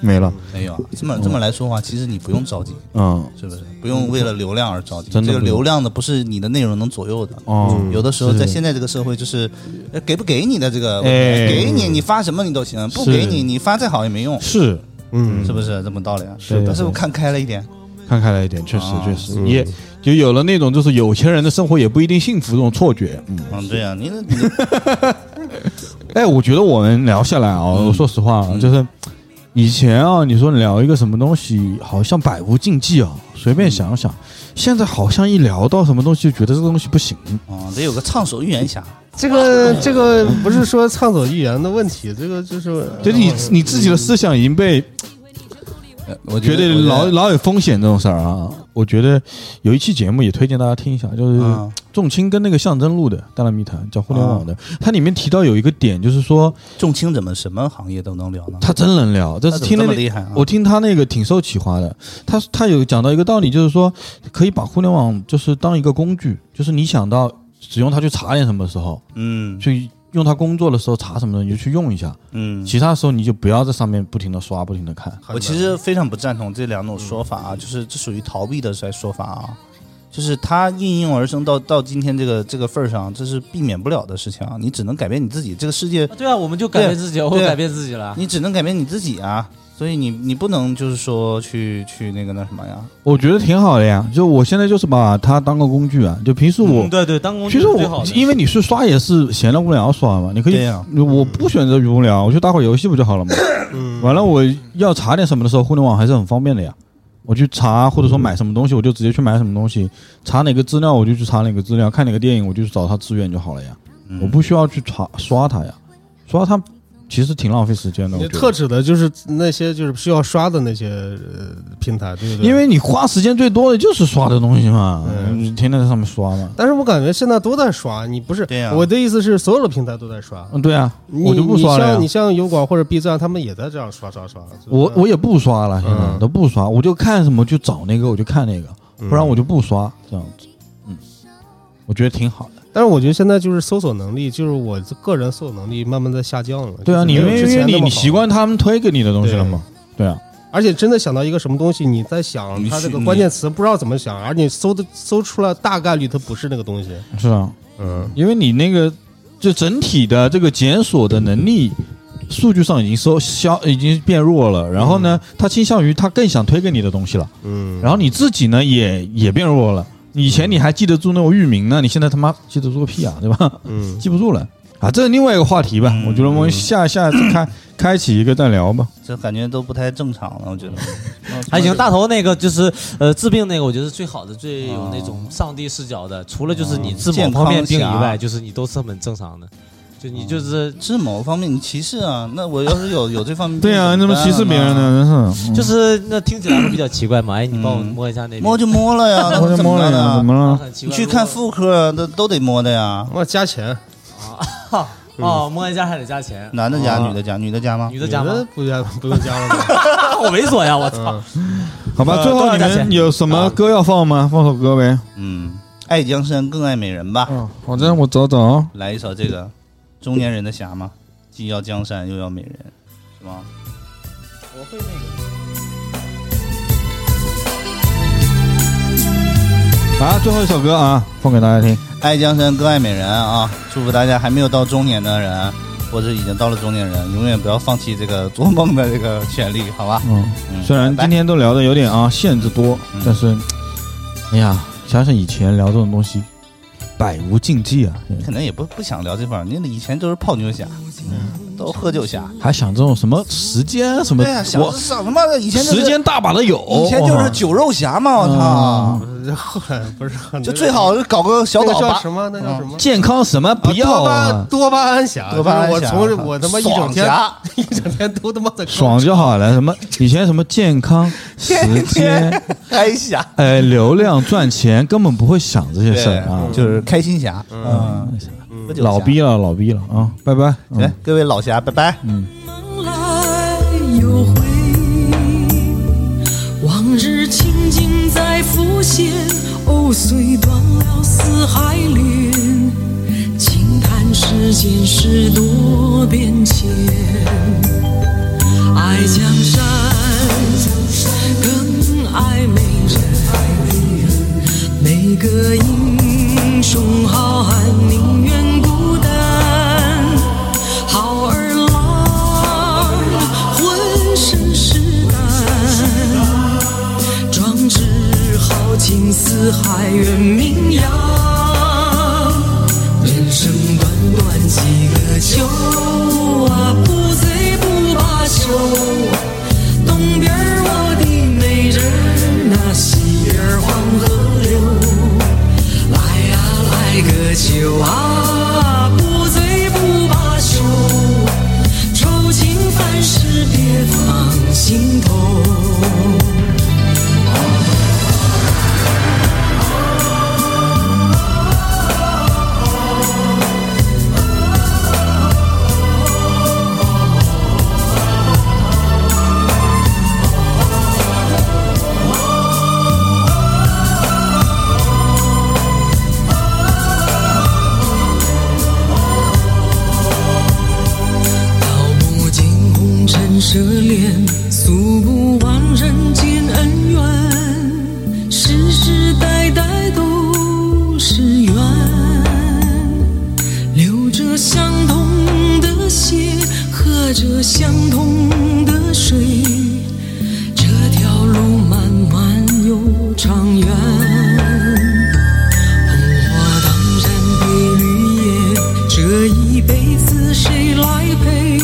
B: 没了。
A: 没有啊，这么这么来说话，其实你不用着急，
B: 嗯，
A: 是不是？不用为了流量而着急，
B: 真的
A: 这个
B: 不用
A: 流量的不是你的内容能左右的。
B: 哦，
A: 有的时候
B: 是
A: 在现在这个社会，就是呃给不给你的这个问题，
B: 哎
A: 给你你发什么你都行，不给你你发再好也没用，
B: 是
E: 嗯
A: 是不是这么道理啊？
B: 是的
A: 但是我看开了一点，
B: 看开了一点，确实
A: 啊
B: 确实，也就有了那种就是有钱人的生活也不一定幸福这种错觉。嗯，
A: 嗯，对啊，你这你这
B: 哎，我觉得我们聊下来啊，
A: 嗯
B: 我说实话啊，就是以前啊，你说聊一个什么东西，好像百无禁忌啊，随
A: 嗯
B: 便想想。现在好像一聊到什么东西，就觉得这个东西不行。
A: 啊得有个烫手预言
B: <laughs>
A: 侠，
E: 这个这个不是说畅所欲言的问题，这个就是
B: 就是
A: 嗯
B: 你你自己的思想已经被
A: 呃我
B: 觉得
A: 我
B: 老老有风险这种事儿啊。我觉得有一期节目也推荐大家听一下，就是
A: 嗯
B: 仲卿跟那个象征录的《大浪密谈》，讲互联网的，
A: 嗯
B: 它里面提到有一个点，就是说
A: 重青怎么什么行业都能聊呢？
B: 他真能聊，但是
A: 他
B: 听
A: 怎
B: 了
A: 么这么
B: 那
A: 厉害啊
B: 我听他那个挺受启发的。他他有讲到一个道理，就是说可以把互联网就是当一个工具，就是你想到使用它去查点什么时候，
A: 嗯
B: 去用它工作的时候查什么的，你就去用一下，
A: 嗯，
B: 其他时候你就不要在上面不停的刷，不停的看。
A: 我其实非常不赞同这两种说法啊，就是这属于逃避的在说法啊，就是它应运而生到到今天这个这个份儿上，这是避免不了的事情啊，你只能改变你自己，这个世界
C: 对啊，我们就改变自己，我
A: 对啊
C: 改变自己了。
A: 你只能改变你自己啊，所以你你不能就是说去去那个那什么呀，
B: 我觉得挺好的呀，就我现在就是把它当个工具啊，就平时我
C: 嗯，对对，当工具
B: 其
C: 是
B: 实
C: 最好
B: 我
C: 的。
B: 因为你是刷也是闲了无聊刷嘛，你可以
A: 对呀，
B: 我不选择无聊，我去打会儿游戏不就好了嘛。
E: 嗯
B: 完了我要查点什么的时候，互联网还是很方便的呀。我去查或者说买什么东西，我就直接去买什么东西，查哪个资料我就去查哪个资料，看哪个电影我就去找它资源就好了呀。
E: 嗯
B: 我不需要去查刷它呀，刷它其实挺浪费时间的。我
E: 你
B: 觉得
E: 呃特指的就是那些就是需要刷的那些呃平台，对不对？
B: 因为你花时间最多的就是刷的东西嘛，
E: 嗯
B: 你天天在上面刷嘛。
E: 但是我感觉现在都在刷，你不是？
A: 对呀
E: 我的意思是，所有的平台都在刷，
B: 啊嗯，对啊，
E: 你
B: 我就不刷了呀
E: 你像你。像油管或者 B 站，他们也在这样刷刷刷。就是
B: 我我也不刷了，现在
E: 嗯
B: 都不刷，我就看什么就找那个，我就看那个，不然我就不刷这样子。嗯，我觉得挺好的。
E: 但是我觉得现在就是搜索能力，就是我个人搜索能力慢慢在下降了。
B: 对啊，
E: 就是
B: 你
E: 没
B: 因
E: 有
B: 为
E: 之
B: 因为
E: 前那
B: 你
E: 么
B: 你
E: 好
B: 习，惯他们推给你的东西了嘛？对啊，
E: 而且真的想到一个什么东西，你在想
A: 你
E: 它这
A: 去
E: 个
A: 你
E: 关键词不知道怎么想，而你搜的搜出来大概率它不是那个东西。
B: 是啊，
E: 嗯，
B: 因为你那个就整体的这个检索的能力，数据上已经收消已经变弱了，然后呢，他倾向于他更想推给你的东西了，
E: 嗯，
B: 然后你自己呢也也变弱了。以前你还记得住那种域名呢，你现在他妈记得住个屁啊，对吧？<laughs>
E: 嗯，
B: 记不住了啊，这是另外一个话题吧？我觉得我们下下次开开启一个再聊吧。
A: 这感觉都不太正常了，我觉得。
C: 还行，大头那个就是呃治病那个，我觉得是最好的，最有那种上帝视角的。除了就是你治某
A: 哦健康
C: 方面病以
A: 侠哦
C: 外，就是你都是很正常的，就你就是
A: 是某方面你歧视啊？那我要是有有这方面，
B: 对啊，那么歧视别人？呢，真是嗯
C: 就是那听起来会比较奇怪嘛。哎，你帮我
A: 嗯
C: 摸一下那边，
A: 摸就摸了
B: <laughs>
A: 呀，那
B: 摸就
A: 怎
B: 摸
A: 么
B: 了
A: 办
B: 呀，
A: 呢
B: 怎么
C: 啊
B: 了？
C: 很奇
A: 你
C: 怪。
A: 去
C: 如果
A: 看妇科都都得摸的呀，
E: 我加钱，
C: 哦，摸一下还得加钱，
A: 男的加女的嗯加，女的加吗？
C: 女
E: 你
C: 的加吗？
E: 不加不用加了吧？
C: 好猥琐呀！我操，
B: 好吧，
C: 呃
B: 最后你
C: 多少钱
B: 们有什么歌要放吗？放首歌呗。
A: 嗯，爱江山更爱美人吧，
B: 嗯，好的，我找找啊。
A: 来一首这个中年人的侠嘛，既要江山又要美人，是吗？
B: 啊，最后一首歌啊，放给大家听。
A: 爱江山更爱美人啊！祝福大家还没有到中年的人，或者已经到了中年人，永远不要放弃这个做梦的这个权利，好吧？
B: 嗯，
A: 嗯，
B: 虽然
A: 拜拜
B: 今天都聊的有点啊限制多
A: 嗯，
B: 但是，哎呀，想想以前聊这种东西，百无禁忌啊，
A: 可能也不不想聊这方面，你以前都是泡妞侠，嗯都喝酒侠，嗯
B: 还想这种什么时间什么
A: 对呀、啊想
B: 我
A: 想什么的？以前就是
B: 时间大把的有，
A: 以前就是酒肉侠嘛，我操！
E: 后来不是很
A: 就最好是搞嗯个小
E: 那
A: 岛
E: 个叫
A: 吧
E: 什，么？那叫什么？
B: 健康什么不要
E: 啊
B: 啊，
E: 多巴多巴胺侠，
A: 多巴胺侠
E: 就是我从我他妈一整
A: 爽
E: 天
A: 侠
E: <laughs> 一整天都他妈在
B: 爽就好了。什
A: <laughs>
B: 么以前什么健康、时间、
A: 开侠，
B: 呃流量、赚钱，根本不会想这些事儿啊。
A: 就是开心侠，嗯，喝酒侠
B: 老，逼了，老逼了啊！拜拜。嗯
A: 哎，各位老侠，拜拜。
G: 梦来又回，往日情景再浮现。藕虽断了丝还连，轻叹世间事多变迁。爱爱江山，更爱美人。每个英雄好汉宁愿孤单，好儿郎浑身是胆，壮志豪情四海远名扬。人生短短几个秋啊，不醉不罢休。东边儿我的美人儿啊，西边儿黄河流。来呀、来个酒啊，不醉不罢休。愁情烦事别放心头。桃木尽红尘奢恋，诉不完人间恩怨，世世代代都是缘，流着相同的血，喝着相同的水，这条路漫漫又长远。红花当然配绿叶，这一辈子谁来陪？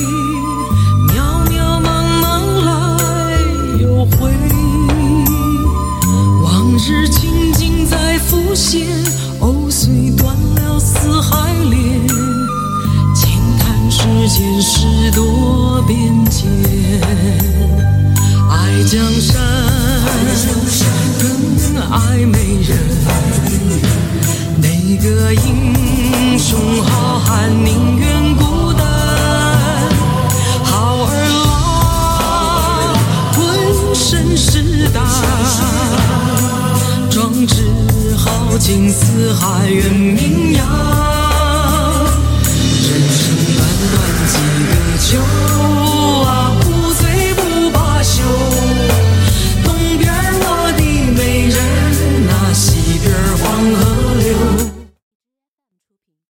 G: 渺渺茫茫来又回，往日情景在浮现，藕虽断了丝还连。轻叹世间事多变迁。爱江山，更爱美人。哪个英雄好汉宁愿孤单？好儿郎浑身是胆，壮志豪情四海远名扬。